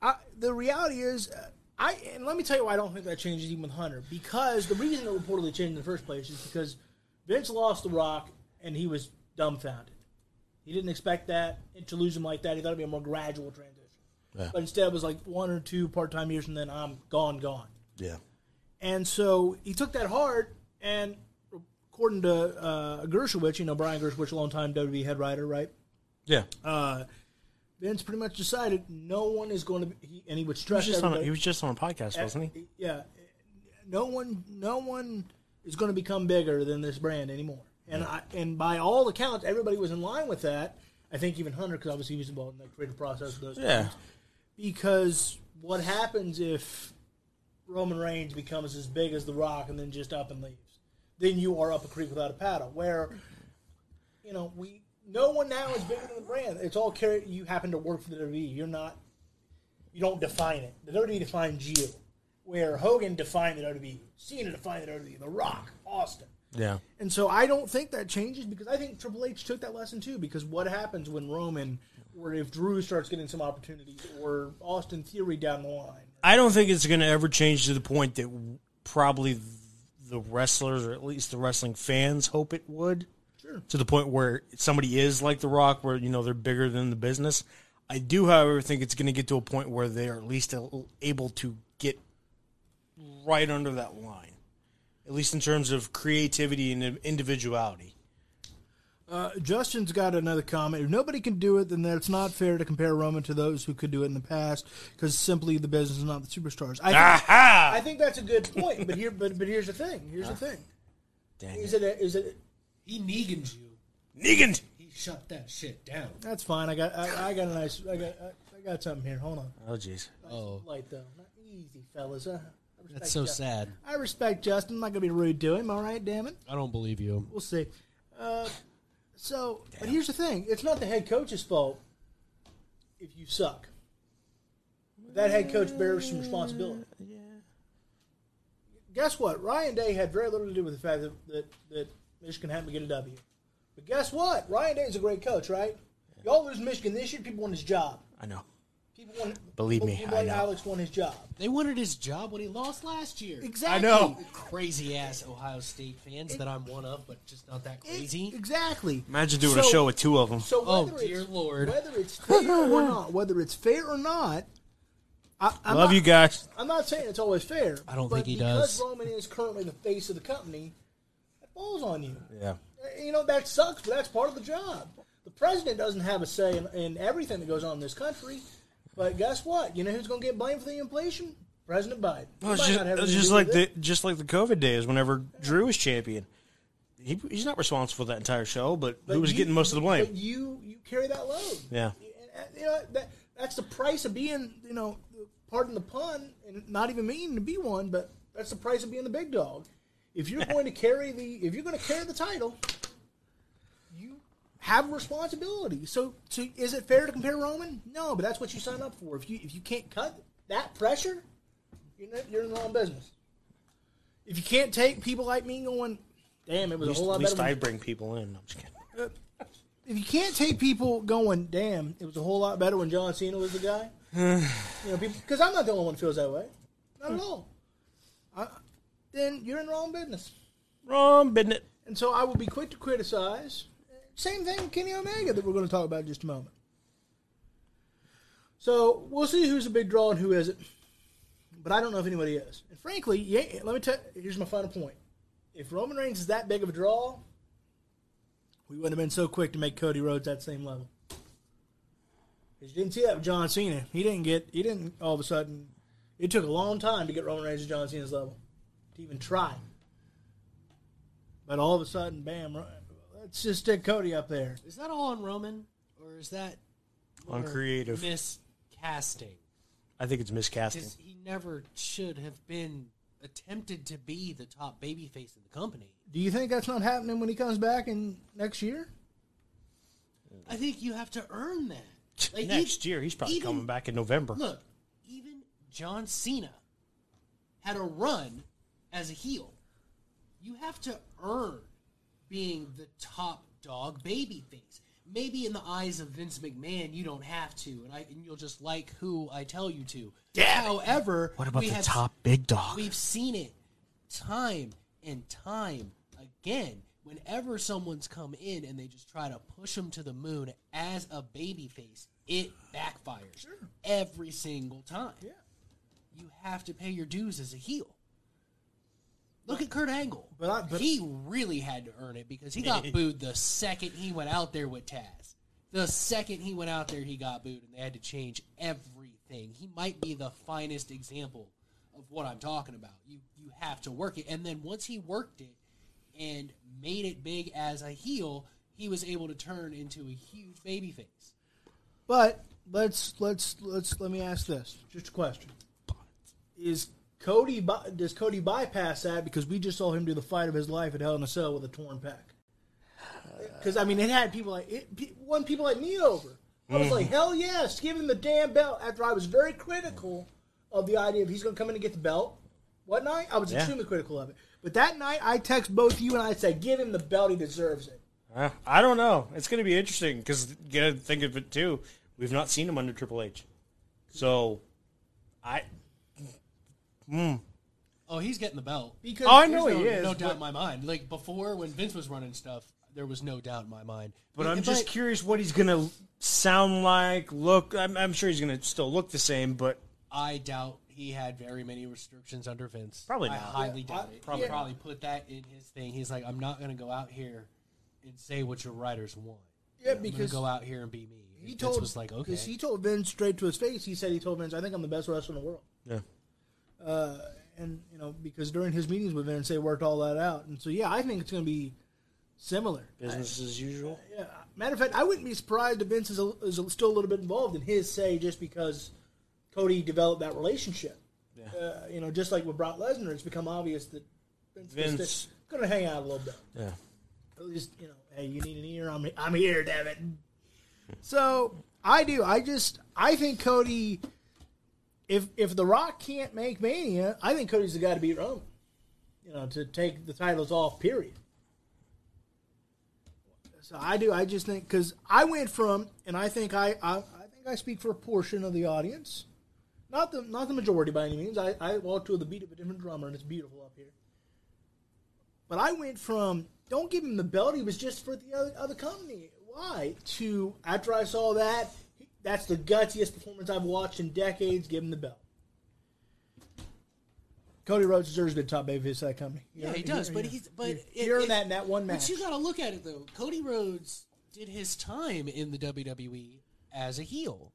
I, the reality is, uh, I and let me tell you why I don't think that changes even with Hunter because the reason it reportedly changed in the first place is because Vince lost The Rock and he was dumbfounded. He didn't expect that and to lose him like that. He thought it'd be a more gradual transition, but instead it was like one or two part-time years and then I'm gone, gone. Yeah. And so he took that hard, and according to uh, Gershowitz, you know, Brian Gershowitz, longtime WWE head writer, right? Yeah. Uh, Vince pretty much decided no one is going to be, he, and he would stress He was, just on a, everybody. he was just on a podcast, wasn't he? Yeah. No one, no one is going to become bigger than this brand anymore. And I, and by all accounts, everybody was in line with that. I think even Hunter, because obviously he was involved in the creative process of those Yeah. because what happens if Roman Reigns becomes as big as The Rock and then just up and leaves? Then you are up a creek without a paddle. Where, you know, we no one now is bigger than the brand. It's all carried. You happen to work for the WWE. You're not. You don't define it. The WWE defines you. Where Hogan defined the WWE, Cena defined the WWE, The Rock, Austin. Yeah. And so I don't think that changes because I think Triple H took that lesson too. Because what happens when Roman or if Drew starts getting some opportunities or Austin Theory down the line? I don't think it's going to ever change to the point that w- probably the wrestlers, or at least the wrestling fans, hope it would. Sure. To the point where somebody is like The Rock, where you know they're bigger than the business. I do, however, think it's going to get to a point where they are at least a- able to get right under that line, at least in terms of creativity and individuality. Uh, Justin's got another comment. If nobody can do it, then that's not fair to compare Roman to those who could do it in the past because simply the business is not the superstars. I think, Aha! I think that's a good point. But here, but, but here's the thing. Here's the thing. Dang Is it. it? A, is it? he Negan's you. Negan. He shut that shit down. That's fine. I got. I, I got a nice. I got. I, I got something here. Hold on. Oh jeez. Oh, Light though. Not easy, fellas. Uh, I respect that's so that. sad. I respect Justin. I'm not gonna be rude to him. All right, damn it. I don't believe you. We'll see. Uh, so, but here's the thing: it's not the head coach's fault if you suck. That head coach bears some responsibility. Guess what? Ryan Day had very little to do with the fact that that, that Michigan happened to get a W. But guess what? Ryan Day is a great coach, right? Y'all lose Michigan this year, people want his job. I know. People want. Believe me, people I like know. Alex won his job. They wanted his job when he lost last year. Exactly. know. Crazy ass Ohio State fans that I'm one of, but just not that crazy. Exactly. Imagine doing a So- show with two of them. So Oh, whether dear it's, Lord. whether it's fair or not, whether it's fair or not, I, I'm Love not, you guys. I'm not saying it's always fair. I don't but think he because does. Roman is currently the face of the company. That falls on you. Yeah. Uh, You know that sucks, but that's part of the job. The president doesn't have a say in, in everything that goes on in this country. But guess what? You know who's going to get blamed for the inflation? President Biden. He Well, it's might just, not have it's anything to just do like with it. the just like the COVID days whenever Drew was champion. He, he's not responsible for that entire show, but, But who was you- getting most of the blame? But you you carry that load. Yeah. And, uh, you know that that's the price of being you know pardon the pun and not even meaning to be one, but that's the price of being the big dog. if you're going to carry the if you're going to carry the title, you have a responsibility. So, so is it fair to compare Roman? No, but that's what you sign up for. If you if you can't cut that pressure, you're not, you're in the wrong business. If you can't take people like me going, damn, it was a At least, whole lot at least better. I when- bring people in. I'm just kidding. if you can't take people going, damn, it was a whole lot better when John Cena was the guy. you know, because I'm not the only one who feels that way. Not at all. I, then you're in the wrong business. Wrong, business. And so I will be quick to criticize. Same thing with Kenny Omega that we're going to talk about in just a moment. So we'll see who's a big draw and who isn't. But I don't know if anybody is. And frankly, yeah, let me tell here's my final point. If Roman Reigns is that big of a draw, we wouldn't have been so quick to make Cody Rhodes that same level. 'Cause you didn't see that with John Cena. He didn't get he didn't all of a sudden it took a long time to get Roman Reigns to John Cena's level. To even try. But all of a sudden, bam! right, Let's just stick Cody up there. Is that all on Roman, or is that On more creative. miscasting? I think it's miscasting. Because he never should have been attempted to be the top babyface in the company. Do you think that's not happening when he comes back in next year? I think you have to earn that. Like, Next e- year, he's probably even- coming back in November. Look, even John Cena had a run as a heel. You have to earn being the top dog babyface. Maybe in the eyes of Vince McMahon, you don't have to, and, I, and you'll just like who I tell you to. However, what about we the have- top big dog? We've seen it time and time again. Whenever someone's come in and they just try to push them to the moon as a babyface, it backfires every single time. Yeah. You have to pay your dues as a heel. Look at Kurt Angle. But I- but- he really had to earn it because he got booed the second he went out there with Taz. The second he went out there, he got booed, and they had to change everything. He might be the finest example of what I'm talking about. You you have to work it, and then once he worked it and made it big as a heel, he was able to turn into a huge babyface. But let's let's let's let me ask this. Just a question: Is Cody by, does Cody bypass that because we just saw him do the fight of his life at Hell in a Cell with a torn pec? Because I mean, it had people like it pe- won people like me over. I was Mm-hmm. like, hell yes, give him the damn belt. After I was very critical of the idea of he's going to come in and get the belt. What night? I was Yeah. extremely critical of it. But that night, I text both you and I said, give him the belt. He deserves it. Uh, I don't know. It's going to be interesting because you got to think of it too. We've not seen him under Triple H, so I. Oh, he's getting the belt. Because Oh, I there's know no- he is. no but- doubt in my mind. Like before, when Vince was running stuff, there was no doubt in my mind. But I'm just curious what he's going to sound like, look. I'm, I'm sure he's going to still look the same, but I doubt he had very many restrictions under Vince. Probably I not. highly Yeah, doubt I- it. Probably, probably probably put that in his thing. He's like, I'm not going to go out here and say what your writers want. Yeah, I'm gonna because- go out here and be me. And He Vince told was like, okay, 'cause he told Vince straight to his face. He said he told Vince, "I think I'm the best wrestler in the world." yeah. Uh, and you know, because during his meetings with Vince, they worked all that out. And so, yeah, I think it's going to be similar. business as usual. Yeah. Matter of fact, I wouldn't be surprised if Vince is, a, is a- still a little bit involved in his say, just because Cody developed that relationship. Uh, you know, just like with Brock Lesnar, it's become obvious that Vince, Vince. is going to hang out a little bit. Yeah, At least, you know, hey, you need an ear? I'm, I'm here, damn it. So I do. I just I think Cody. If if The Rock can't make Mania, I think Cody's the guy to beat Roman. You know, to take the titles off. Period. So I do. I just think because I went from, and I think I, I I think I speak for a portion of the audience, not the not the majority by any means. I I walk to the beat of a different drummer, and it's beautiful up here. But I went from don't give him the belt; he was just for the other, other company. Why? To after I saw that, he- that's the gutsiest performance I've watched in decades. Give him the belt. Cody Rhodes deserves to be the top babyface of that company. yeah, he does. But he's but you're, it- you're in it- that in that one match. But you got to look at it though. Cody Rhodes did his time in the WWE as a heel.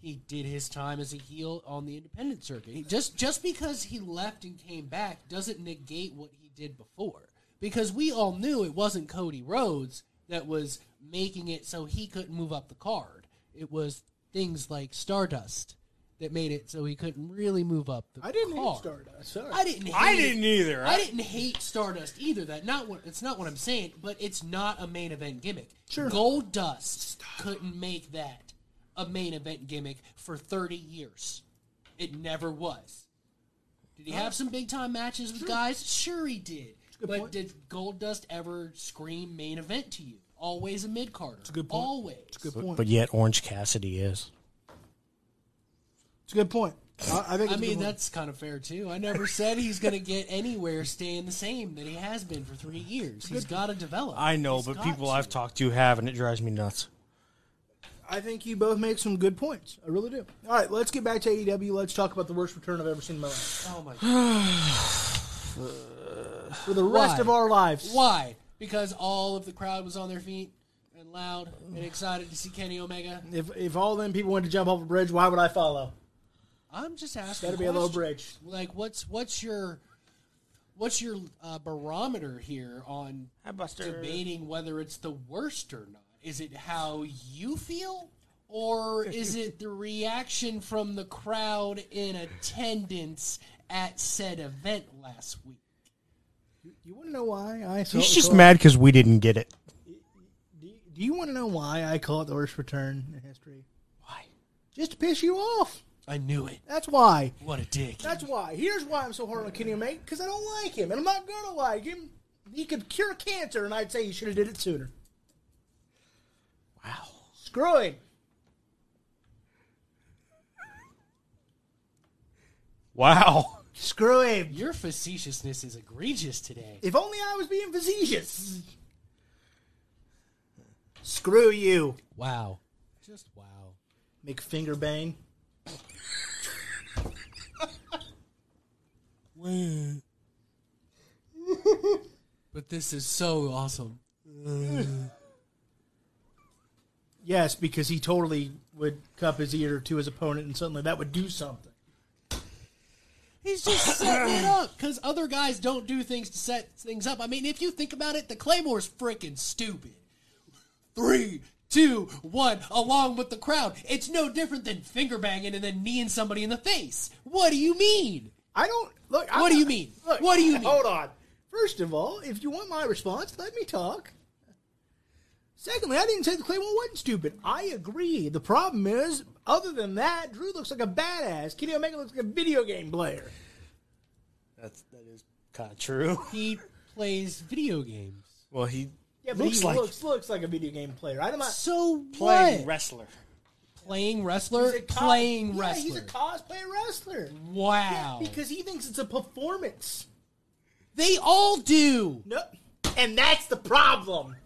He did his time as a heel on the independent circuit. He- just just because he left and came back doesn't negate what he did before. Because we all knew it wasn't Cody Rhodes that was making it so he couldn't move up the card. It was things like Stardust that made it so he couldn't really move up the I didn't car. hate Stardust. Sorry. I didn't. Hate, I didn't either. I didn't hate Stardust either. That not what it's not what I'm saying, but it's not a main event gimmick. Sure. Gold Dust couldn't make that a main event gimmick for 30 years. It never was. Did he have some big time matches with guys? Sure, he did. a good But point. did Gold Dust ever scream main event to you? Always a mid carder. It's a good point. Always. Good But, point. but yet Orange Cassidy is. it's a good point. I, I think. It's I a good mean, point. that's kind of fair too. I never said he's going to get anywhere staying the same that he has been for three years. He's got to develop. I know, He's but got people to. I've talked to have, and it drives me nuts. I think you both make some good points. I really do. All right, let's get back to AEW. Let's talk about the worst return I've ever seen in my life. Oh my god! For the rest Why? of our lives. Why? Because all of the crowd was on their feet and loud and excited to see Kenny Omega. If, if all them people went to jump off a bridge, why would I follow? I'm just asking. Gotta be a low questions. bridge. Like, what's what's your what's your uh, barometer here on debating whether it's the worst or not? Is it how you feel, or is it the reaction from the crowd in attendance at said event last week? You want to know why I? Saw He's just mad because we didn't get it. Do you, do you want to know why I call it the worst return in history? Why? Just to piss you off. I knew it. That's why. What a dick. That's why. Here's why I'm so hard on Kenny Omega because I don't like him, and I'm not gonna like him. He could cure cancer, and I'd say he should have did it sooner. Wow. Screw him. Wow. Screw him. Your facetiousness is egregious today. If only I was being facetious. Screw you, Wow. Just wow. McFinger bang. But this is so awesome. Yes, because he totally would cup his ear to his opponent, and suddenly that would do something. He's just setting it up because other guys don't do things to set things up. I mean, if you think about it, the Claymore's freaking stupid. Three, two, one, along with the crowd. It's no different than finger banging and then kneeing somebody in the face. What do you mean? I don't look. I'm What do not- you mean? What do you mean? Hold on. First of all, if you want my response, let me talk. Secondly, I didn't say the Claymore wasn't stupid. I agree. The problem is, other than that, Drew looks like a badass. Kenny Omega looks like a video game player. That's that is kind of true. He plays video games. Well, he Yeah, but looks he like looks looks like a video game player. I'm not So playing what? wrestler. playing wrestler? he's a cos- playing yeah, wrestler. Oh. He's a cosplay wrestler. wow. Because he thinks it's a performance. they all do. No, and that's the problem.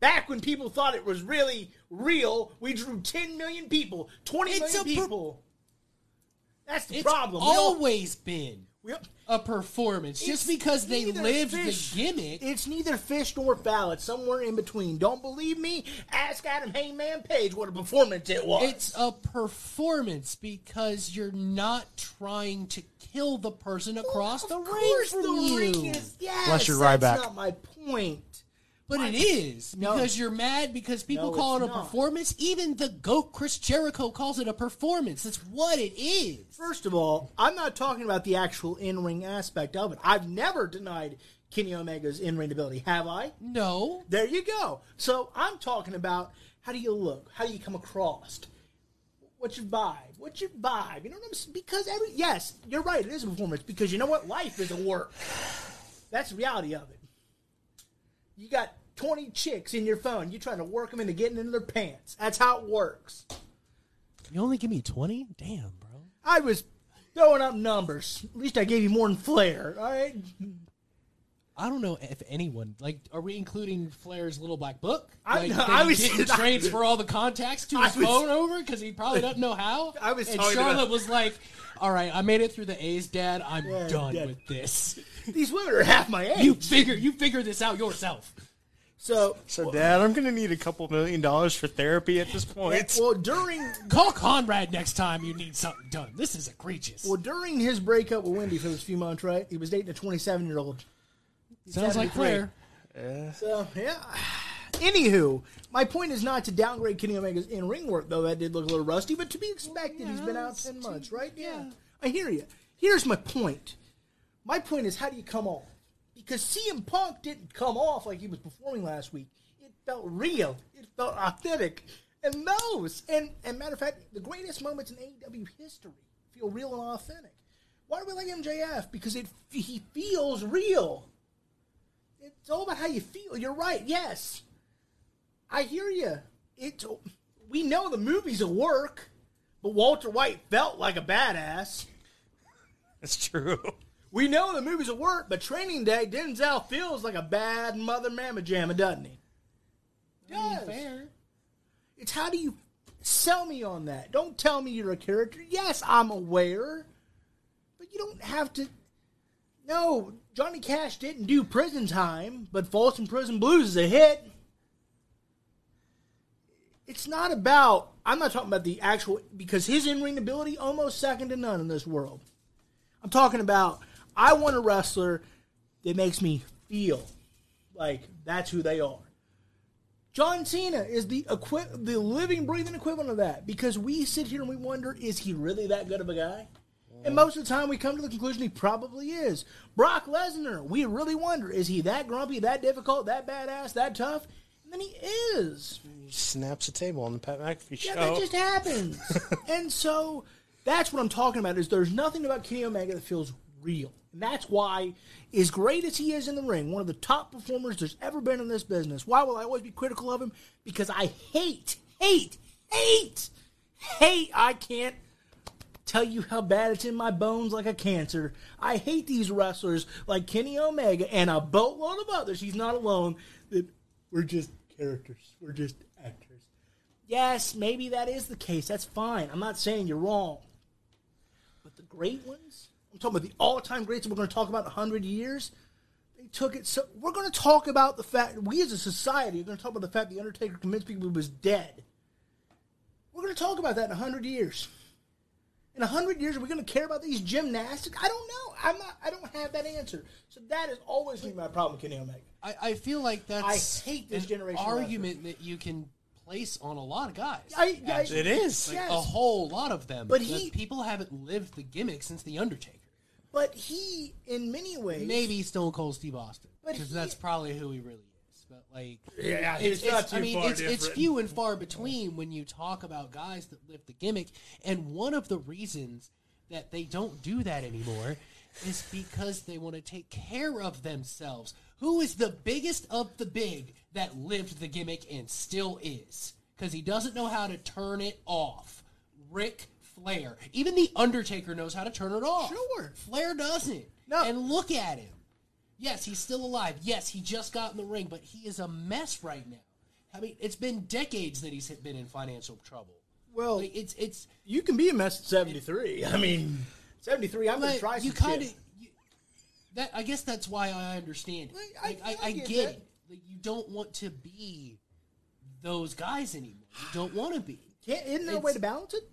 Back when people thought it was really real, we drew 10 million people, 20 million It's a pro- people. that's the It's problem. We all- always been we all- a performance. Just It's because they neither lived fish- the gimmick. It's neither fish nor fowl. It's somewhere in between. Don't believe me? Ask Adam Hangman Page what a performance it was. It's a performance because you're not trying to kill the person across Of the ring course from the you. ring is- yes, Bless your that's Ryback. not my point. but it is No. because you're mad because people No, call it it's a not. performance. Even the goat Chris Jericho calls it a performance. That's what it is. First of all, I'm not talking about the actual in ring aspect of it. I've never denied Kenny Omega's in ring ability, have I? No, There you go. So I'm talking about how do you look? How do you come across? What's your vibe? What's your vibe? You know what I'm saying? Because every yes, you're right. It is a performance because you know what? Life is a work. That's the reality of it. You got 20 chicks in your phone. You're trying to work them into getting into their pants. That's how it works. you only give me twenty. Damn, bro. I was throwing up numbers. At least I gave you more than flair. All right. I don't know if anyone like. Are we including Flair's little black book? I- like, no, that I he was- didn't transfer all the contacts to I his was- phone over because he probably doesn't know how. I was and talking Charlotte about- was like, "All right, I made it through the A's, Dad. I'm Yeah, done Dad. with this. These women are half my age. You figure, you figure this out yourself." so So, Dad, I'm gonna need a couple million dollars for therapy at this point. well during Call Conrad next time you need something done. This is egregious. Well, during his breakup with Wendy for those few months, right? He was dating a 27 year old. Sounds like Flair. So yeah, Anywho, my point is not to downgrade Kenny Omega's in ring work, though that did look a little rusty, but to be expected. He's been out 10 months, right? Yeah. I hear you. Here's my point. My point is, how do you come off? Because CM Punk didn't come off like he was performing last week. It felt real, it felt authentic. And those, and, and matter of fact, the greatest moments in AEW history feel real and authentic. Why do we like MJF? Because it he feels real. It's all about how you feel. You're right. Yes, I hear you. It. We know the movie's a work, but Walter White felt like a badass. That's true. We know the movie's a work, but Training Day, Denzel feels like a bad mother mamma jamma, doesn't he? Does. Fair. It's how do you sell me on that? Don't tell me you're a character. Yes, I'm aware, but you don't have to. No, Johnny Cash didn't do prison time, but Folsom Prison Blues is a hit. It's not about. I'm not talking about the actual because his in-ring ability almost second to none in this world. I'm talking about. I want a wrestler that makes me feel like that's who they are. John Cena is the equi- the living, breathing equivalent of that because we sit here and we wonder, is he really that good of a guy? And most of the time, we come to the conclusion he probably is. Brock Lesnar, we really wonder, is he that grumpy, that difficult, that badass, that tough? And then he is. He snaps a table on the Pat McAfee show. Yeah, that just happens. and so that's what I'm talking about is there's nothing about Kenny Omega that feels real. And that's why, as great as he is in the ring, one of the top performers there's ever been in this business, why will I always be critical of him? Because I hate, hate, hate, hate. I can't tell you how bad it's in my bones like a cancer. I hate these wrestlers like Kenny Omega and a boatload of others. He's not alone. That we're just characters. We're just actors. Yes, maybe that is the case. That's fine. I'm not saying you're wrong. But the great ones, I'm talking about the all time greats that we're going to talk about in 100 years, they took it. So we're going to talk about the fact, we as a society are going to talk about the fact The Undertaker convinced people he was dead. We're going to talk about that in 100 years. In 100 years, are we going to care about these gymnastics? I don't know. I'm not, I don't have that answer. So that is always going to be my problem with Kenny Omega. I, I feel like that's hate this an generation of argument that you can place on a lot of guys. I, I, it is. yes. a whole lot of them. But The he- people haven't lived the gimmick since the Undertaker. But he, in many ways, Maybe Stone Cold Steve Austin, But because he- that's probably who he really is. But like, Yeah, it's, it's- I mean, it's, it's few and far between when you talk about guys that live the gimmick. And one of the reasons that they don't do that anymore is because they want to take care of themselves. Who is the biggest of the big that lived the gimmick and still is? Because he doesn't know how to turn it off. Rick Flair. Even The Undertaker knows how to turn it off. Sure. Flair doesn't. No. And look at him. Yes, he's still alive. Yes, he just got in the ring, but he is a mess right now. I mean, it's been decades that he's been in financial trouble. Well, Like, it's it's you can be a mess at 73. I mean, 73, I'm going to but try some you kind of shit. that. I guess that's why I understand. It. Like, I- Like, I, I I get get that. it. Like, you don't want to be those guys anymore. You don't want to be. Can't, isn't there a way it's- to balance it?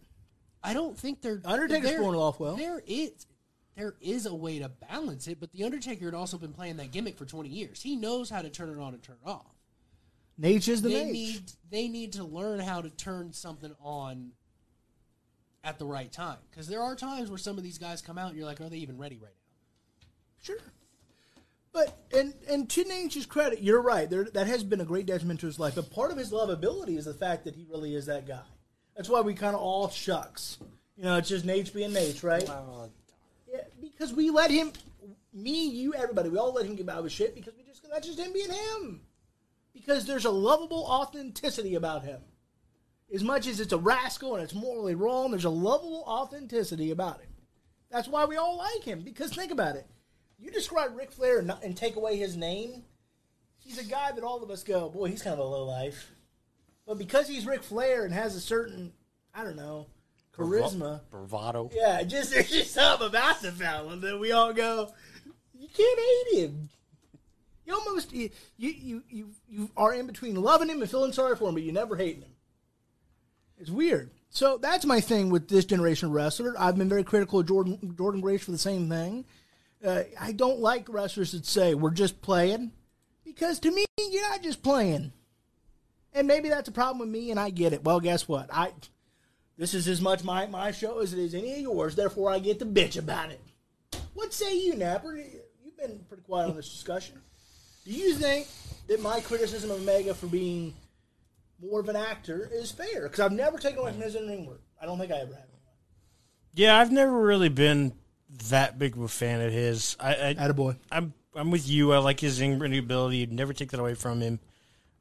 I don't think they're Undertaker's there- pulling it off well. There is there is a way to balance it, but the Undertaker had also been playing that gimmick for twenty years. He knows how to turn it on and turn it off. Nate is the they Nate. need they need to learn how to turn something on at the right time because there are times where some of these guys come out and you're like, are they even ready right now? Sure. But and and to Nate's credit, you're right. There that has been a great detriment to his life. But part of his lovability is the fact that he really is that guy. That's why we kind of all shucks. You know, it's just Nate being Nate, right? Yeah, because we let him, me, you, everybody, we all let him get by with shit because we just that's just him being him. Because there's a lovable authenticity about him. As much as it's a rascal and it's morally wrong, there's a lovable authenticity about him. That's why we all like him. Because think about it. You describe Ric Flair and, not- and take away his name, he's a guy that all of us go, boy, he's kind of a low life. But because he's Ric Flair and has a certain, I don't know, charisma. Bravado. Yeah, just there's just something about the fella that we all go, you can't hate him. You almost you you you you are in between loving him and feeling sorry for him, but you never hating him. It's weird. So that's my thing with this generation of wrestler. I've been very critical of Jordan Jordan Grace for the same thing. Uh, I don't like wrestlers that say we're just playing, because to me you're not just playing. And maybe that's a problem with me, and I get it. Well, guess what? I this is as much my, my show as it is any of yours. Therefore, I get to bitch about it. What say you, Napper? You've been pretty quiet on this discussion. Do you think that my criticism of Omega for being more of an actor is fair? Because I've never taken away from his in-ring work. I don't think I ever have. Yeah, I've never really been that big of a fan of his. I, I Attaboy. I'm I'm with you. I like his in-ring ability. You'd never take that away from him.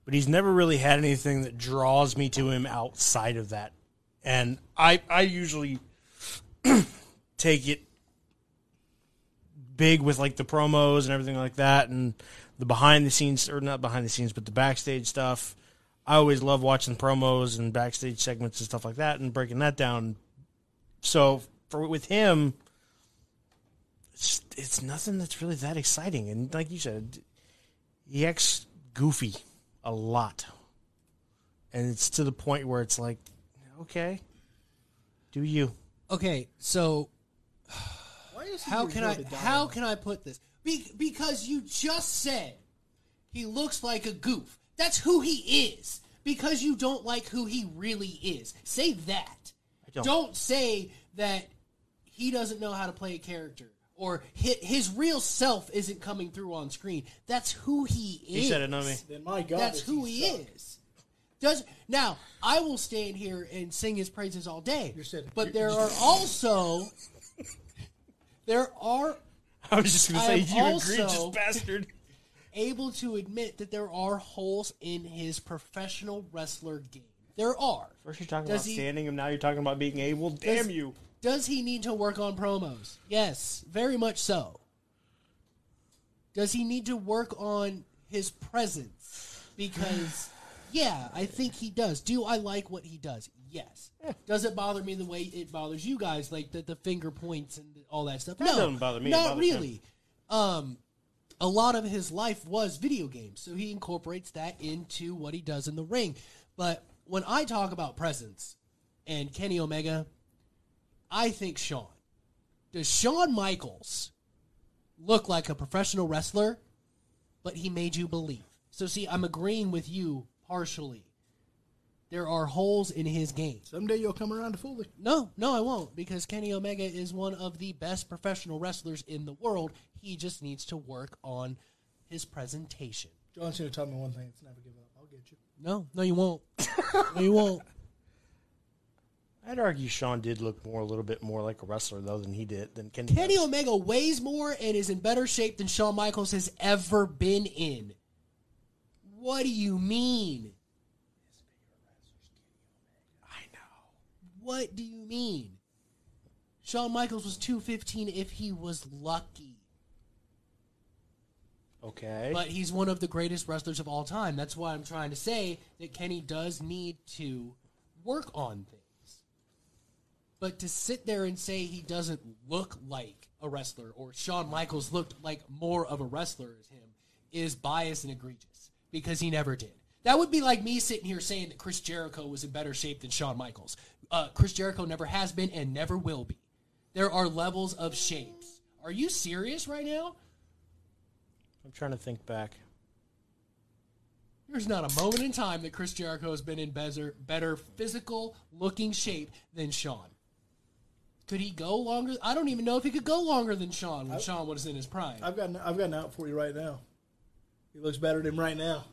But he's never really had anything that draws me to him outside of that. And I I usually take it big with like the promos and everything like that and the behind the scenes or not behind the scenes but the backstage stuff. I always love watching promos and backstage segments and stuff like that and breaking that down. So for with him, it's, it's nothing that's really that exciting. And like you said, he acts goofy a lot. And it's to the point where it's like, okay, do you? Okay, so Why is he how your can I go-to how dialogue? can I put this? Be- because you just said he looks like a goof. That's who he is. Because you don't like who he really is. Say that. I don't. say that he doesn't know how to play a character or his, his real self isn't coming through on screen. That's who he is. He said it, not me. Then my God, That's does who he suck. is. Does now I will stand here and sing his praises all day. sitting- But there are also there are I was just going to I say, am you also- egregious bastard. able to admit that there are holes in his professional wrestler game. There are. First you're talking Does about he- standing him, now you're talking about being able. Damn Does- you. Does he need to work on promos? Yes, very much so. Does he need to work on his presence? Because, yeah, I think he does. Do I like what he does? Yes. Does it bother me the way it bothers you guys, like the, the finger points and all that stuff? no, doesn't bother me, it Not bothers him. really. Um, a lot of his life was video games, so he incorporates that into what he does in the ring. But when I talk about presence and Kenny Omega, I think Sean. Does Shawn Michaels look like a professional wrestler? But he made you believe. So see, I'm agreeing with you partially. There are holes in his game. Someday you'll come around to fully. No, no, I won't, because Kenny Omega is one of the best professional wrestlers in the world. He just needs to work on his presentation. John Cena taught me one thing: it's never give up. I'll get you. No, no, you won't. no, you won't. I'd argue Sean did look more a little bit more like a wrestler though than he did than Kenny. Kenny does. Omega weighs more and is in better shape than Shawn Michaels has ever been in. What do you mean? I know. What do you mean? Shawn Michaels was 215 if he was lucky. Okay. But he's one of the greatest wrestlers of all time. That's why I'm trying to say that Kenny does need to work on things. But to sit there and say he doesn't look like a wrestler or Shawn Michaels looked like more of a wrestler as him is biased and egregious because he never did. That would be like me sitting here saying that Chris Jericho was in better shape than Shawn Michaels. Uh, Chris Jericho never has been and never will be. There are levels of shapes. Are you serious right now? I'm trying to think back. There's not a moment in time that Chris Jericho has been in better, better physical looking shape than Sean. Could he go longer? I don't even know if he could go longer than Sean when Sean was in his prime. I've got an, I've got an out for you right now. He looks better than him right now.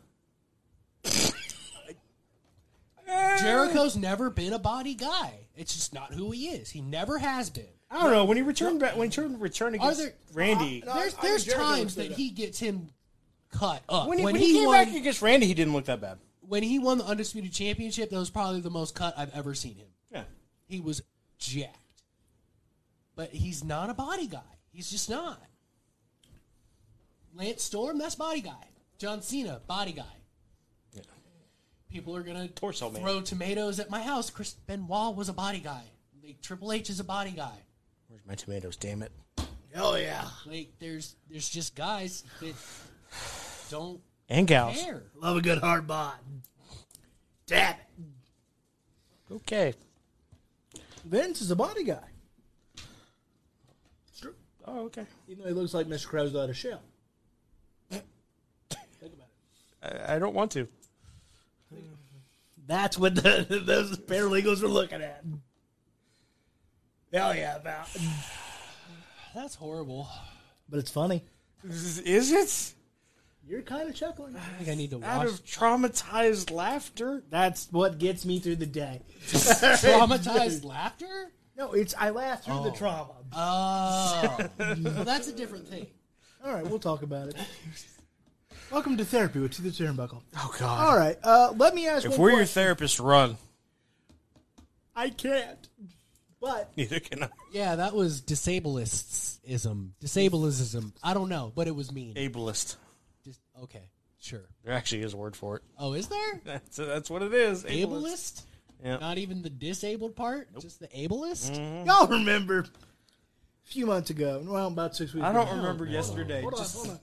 Jericho's never been a body guy. It's just not who he is. He never has been. I don't know when he returned back when he turned return against there- uh, Randy. No, I- there's I think there's Jericho times looks that better. he gets him cut up. when he, when he, came won, back against Randy, he didn't look that bad. when he won the undisputed championship, that was probably the most cut I've ever seen him. Yeah. he was jacked. But he's not a body guy. He's just not. Lance Storm, that's body guy. John Cena, body guy. Yeah. People are gonna Torso man. throw tomatoes at my house. Chris Benoit was a body guy. Like Triple H is a body guy. Where's my tomatoes? Damn it! Hell yeah! Like there's there's just guys that don't And gals. care. Love a good hard bod. Damn it! Okay. Vince is a body guy. It's true. Oh, okay. Even though he looks like Mr. Krabs without a shell. Think about it. I, I don't want to. That's what the, those paralegals were looking at. Hell Oh, yeah, Val. That's horrible. but it's funny. Is is it You're kind of chuckling. I think I need to out watch of traumatized laughter? That's what gets me through the day. traumatized laughter. No, it's I laugh through the Oh. trauma. Oh, well, that's a different thing. All right, we'll talk about it. Welcome to therapy with To the Turnbuckle. Oh God! All right, uh, let me ask. If one we're your question. therapist, run. I can't. But Neither can I. Yeah, that was disableistism. Disableism. I don't know, but it was mean. Ableist. Just, okay, sure. There actually is a word for it. Oh, is there That's that's what it is. ableist? Yeah. Mm-hmm, Not even the disabled part, just the ableist. y'all remember a few months ago, well, about six weeks. I ago. don't remember yesterday. Hold on, Just hold on.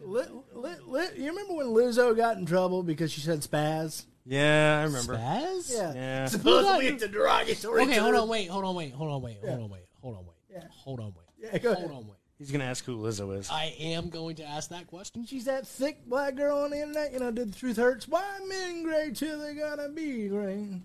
Li- li- li- you remember when Lizzo got in trouble because she said spaz? yeah, I remember. Spaz? Yeah. Yeah. Supposedly it's a derogatory Okay, term. hold on, wait, hold on, wait, hold on, wait, hold on, wait, hold on, wait, Yeah. hold on, wait, Yeah, go hold ahead. on, wait. He's gonna ask who Lizzo is. I am going to ask that question. She's that thick black girl on the internet, you know, did the truth hurts? Why men gray till they gotta be gray?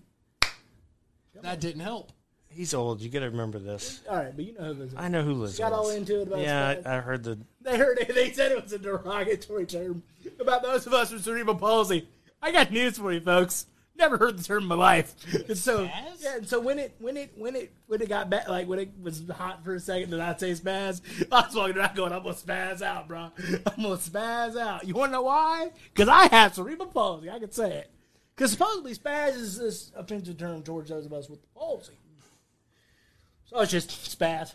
That didn't help. He's old. You gotta remember this. All right, but you know who Lizzo I know who Lizzo got is. all into it about yeah, spaz. I, I heard the. They heard it. They said it was a derogatory term about those of us with cerebral palsy. I got news for you, folks. Never heard the term in my life. And so Spaz? yeah, and so when it when it when it when it got back like when it was hot for a second, did I say spaz? I was walking around going, I'm gonna spaz out, bro. I'm gonna spaz out. You wanna know why? Because I have cerebral palsy. I can say it. Because supposedly spaz is this offensive term towards those of us with palsy. So it's just spaz.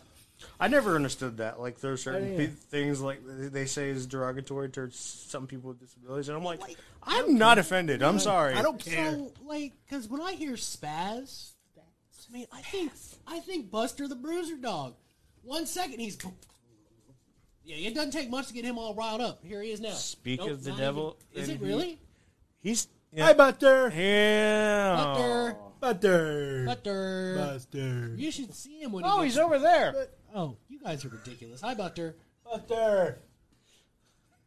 I never understood that. Like there's Oh, certain yeah. pe- things like they say is derogatory towards some people with disabilities, and I'm like, I'm not offended. I'm sorry. I don't care. So, like, because when I hear spaz, I mean, I think I think Buster the Bruiser Dog. One second he's, yeah, it doesn't take much to get him all riled up. Here he is now. Speak of the not devil, even- is and it he- really He's Hi, yeah. Butter. yeah. Butter? Butter. Butter. Buster. You should see him when Oh, he. he's Gets, over there. oh, you guys are ridiculous. Hi, Buster. Buster.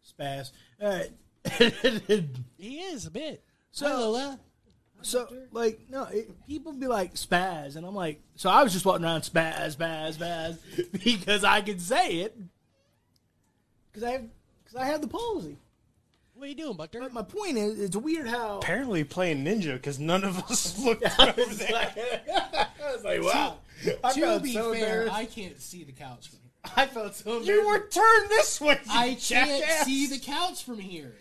Spaz. All right. He is a bit. So- So Hi, Lola. so, like, no, it, people be like, spaz. And I'm like, so I was just walking around, spaz, spaz, spaz, because I could say it. Because I, have- 'cause I have the palsy. what are you doing, Buster? But my point is, it's weird how. Apparently playing ninja because none of us looked I over was there. like, I was like, wow. I to felt be so fair, embarrassed. I can't see the couch from here. I felt so embarrassed. You were turned this way. you I can't jackass. see the couch from here.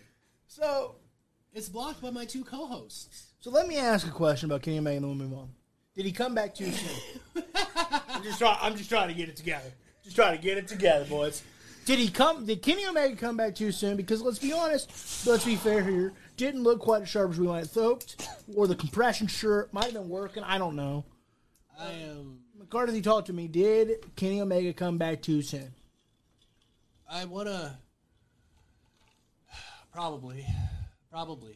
so It's blocked by my two co-hosts. So let me ask a question about Kenny Omega, and then we'll move on. Did he come back too soon? I'm just trying. I'm just trying to get it together. Just trying to get it together, boys. Did he come? Did Kenny Omega come back too soon? Because let's be honest, let's be fair here. Didn't look quite as sharp as we might have hoped, or the compression shirt might have been working. I don't know. Uh, I am. McCarthy talked to me. Did Kenny Omega come back too soon? I wanna. Probably, probably.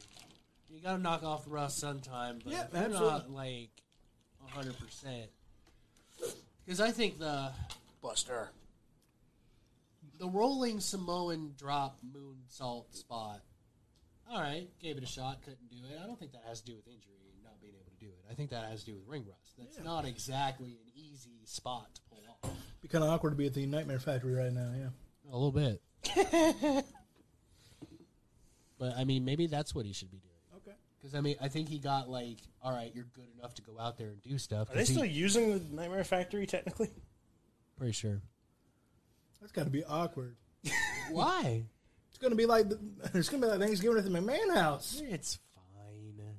You gotta knock off the rust sometime, but Yeah, if you're not absolutely. like hundred percent. Because I think the Buster. the rolling Samoan drop moon salt spot. All right, gave it a shot, couldn't do it. I don't think that has to do with injury and not being able to do it. I think that has to do with ring rust. That's not exactly an easy spot to pull off. Be kind of awkward to be at the Nightmare Factory right now. Yeah. A little bit. but I mean, maybe that's what he should be doing. Okay. Because I mean, I think he got like, all right, you're good enough to go out there and do stuff. Are they 'cause he- still using the Nightmare Factory technically? pretty sure. That's got to be awkward. Why? It's gonna be like the, it's gonna be like Thanksgiving at the McMahon house. It's fine.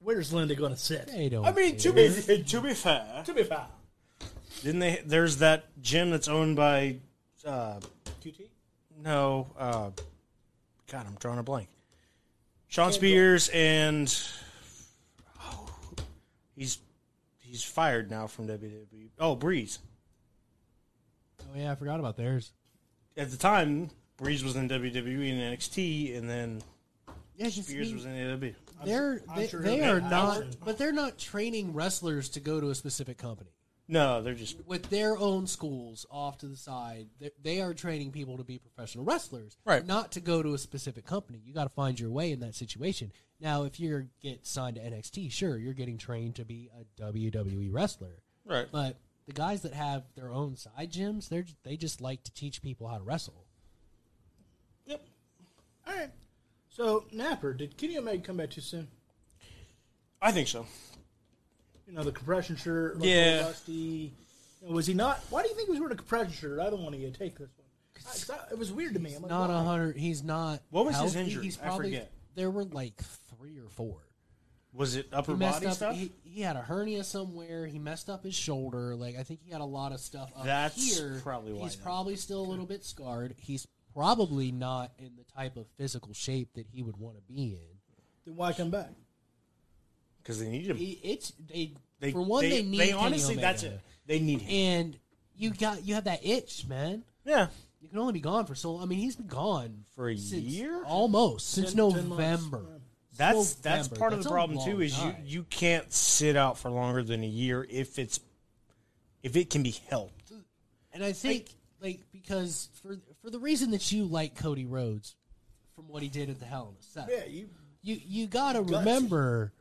Where's Linda gonna sit? They don't. I mean, to care. be to be fair, To be fair. didn't they? There's that gym that's owned by uh, QT? no, uh, God, I'm drawing a blank. Sean Spears and oh, he's he's fired now from WWE. Oh, Breeze. Oh yeah, I forgot about theirs. At the time, Breeze was in WWE and NXT, and then Yeah, Spears was in E. AEW. they're I'm they, sure they he'll are be- I'm not, sure. but they're not training wrestlers to go to a specific company. No, they're just with their own schools off to the side, they, they are training people to be professional wrestlers, Right. Not to go to a specific company. You got to find your way in that situation. Now, if you are get signed to NXT, sure, you're getting trained to be a WWE wrestler, right. but the guys that have their own side gyms, they're they just like to teach people how to wrestle. Yep. All right. So Napper, did Kenny Omega come back too soon? I think so. You know the compression shirt. looked Yeah. Rusty. You know, was he not? Why do you think he was wearing a compression shirt? I don't want to take this one. I- 'cause I- it was weird to me. I'm like, Not a why? hundred. He's not. What was his healthy. injury? He's I probably, forget. There were like three or four. Was it upper he messed body up. stuff? He, he had a hernia somewhere. He messed up his shoulder. Like I think he had a lot of stuff up That's here. probably why he's then. probably still a little bit scarred. He's probably not in the type of physical shape that he would want to be in. Then why come back? Because they need him. He- It's they, They, for one they, need They Kenny honestly, Omega. that's it. They need him. And you got you have that itch, man. Yeah. You can only be gone for so. long. I mean, he's been gone For a since- year? almost since Ten- ten months. November. That's that's November. part of That's the a problem long too. Is you time. you can't sit out for longer than a year if it's if it can be helped. And I think like, because for for the reason that you like Cody Rhodes from what he did at the Hell in a Cell. Yeah, you. You you gotta remember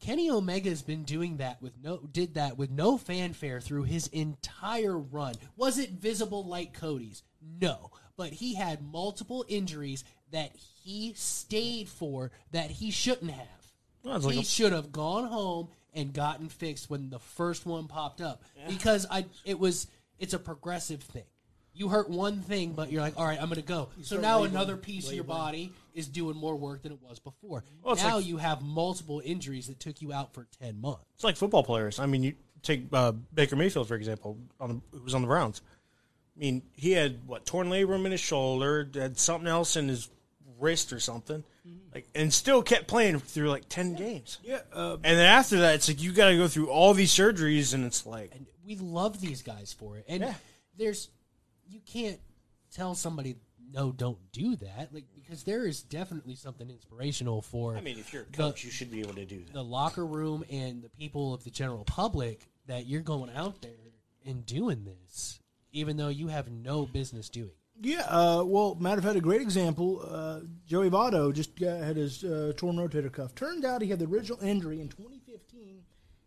Kenny Omega's been doing that with no did that with no fanfare through his entire run. Was it visible like Cody's? No. But he had multiple injuries that he stayed for that he shouldn't have. it's like he a- should have gone home and gotten fixed when the first one popped up. Because I it was it's a progressive thing. You hurt one thing, but you're like, all right, I'm going to go. so start now labeling- another piece of your labeling. body body is doing more work than it was before. Well, it's now like- you have multiple injuries that took you out for ten months. It's like football players. I mean, you take uh, Baker Mayfield for example, on the, who was on the Browns. I mean, he had what torn labrum in his shoulder, had something else in his wrist or something, like, and still kept playing through like ten games. Yeah. Uh, And then after that, it's like you got to go through all these surgeries, and it's like And we love these guys for it. And there's you can't tell somebody no, don't do that. Like because there is definitely something inspirational for if you're a coach, you should be able to do that. the locker room and the people of the general public that you're going out there and doing this, even though you have no business doing it. yeah. Uh, well, matter of fact, a great example. Uh, Joey Votto just uh, had his uh, torn rotator cuff. Turns out he had the original injury in 2015.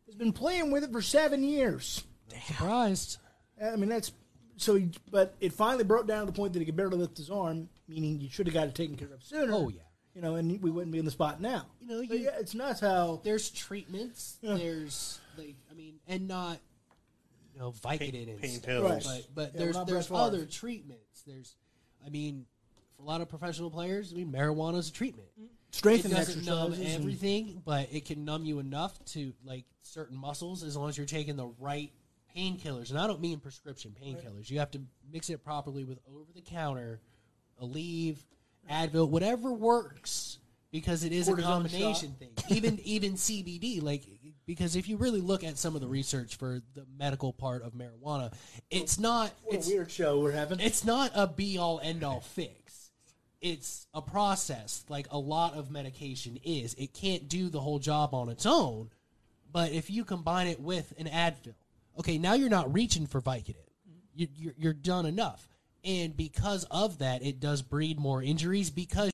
Has been playing with it for seven years. Surprised. I mean, that's so. He, but it finally broke down to the point that he could barely lift his arm, meaning you should have got it taken care of sooner. Oh, yeah. you know, and we wouldn't be in the spot now. You know, But you- yeah, it's nuts how there's treatments. There's like I mean, and not you know Vicodin and pain stuff, pills. but but Yeah, there's we're not there's Brett Favre. other treatments. There's I mean, for a lot of professional players, I mean, marijuana is a treatment. It strength and doesn't numb exercises. and- everything, but it can numb you enough to like certain muscles as long as you're taking the right painkillers. And I don't mean prescription painkillers. You have to mix it properly with over the counter, Aleve, Advil, whatever works because it is a Cortisone shot. combination thing. Even even CBD like because if you really look at some of the research for the medical part of marijuana, it's not what it's a weird show we're having. it's not a be all end all fix. It's a process, like a lot of medication is. It can't do the whole job on its own, but if you combine it with an Advil, okay, now you're not reaching for Vicodin. You, you're, you're done enough. And because of that, it does breed more injuries because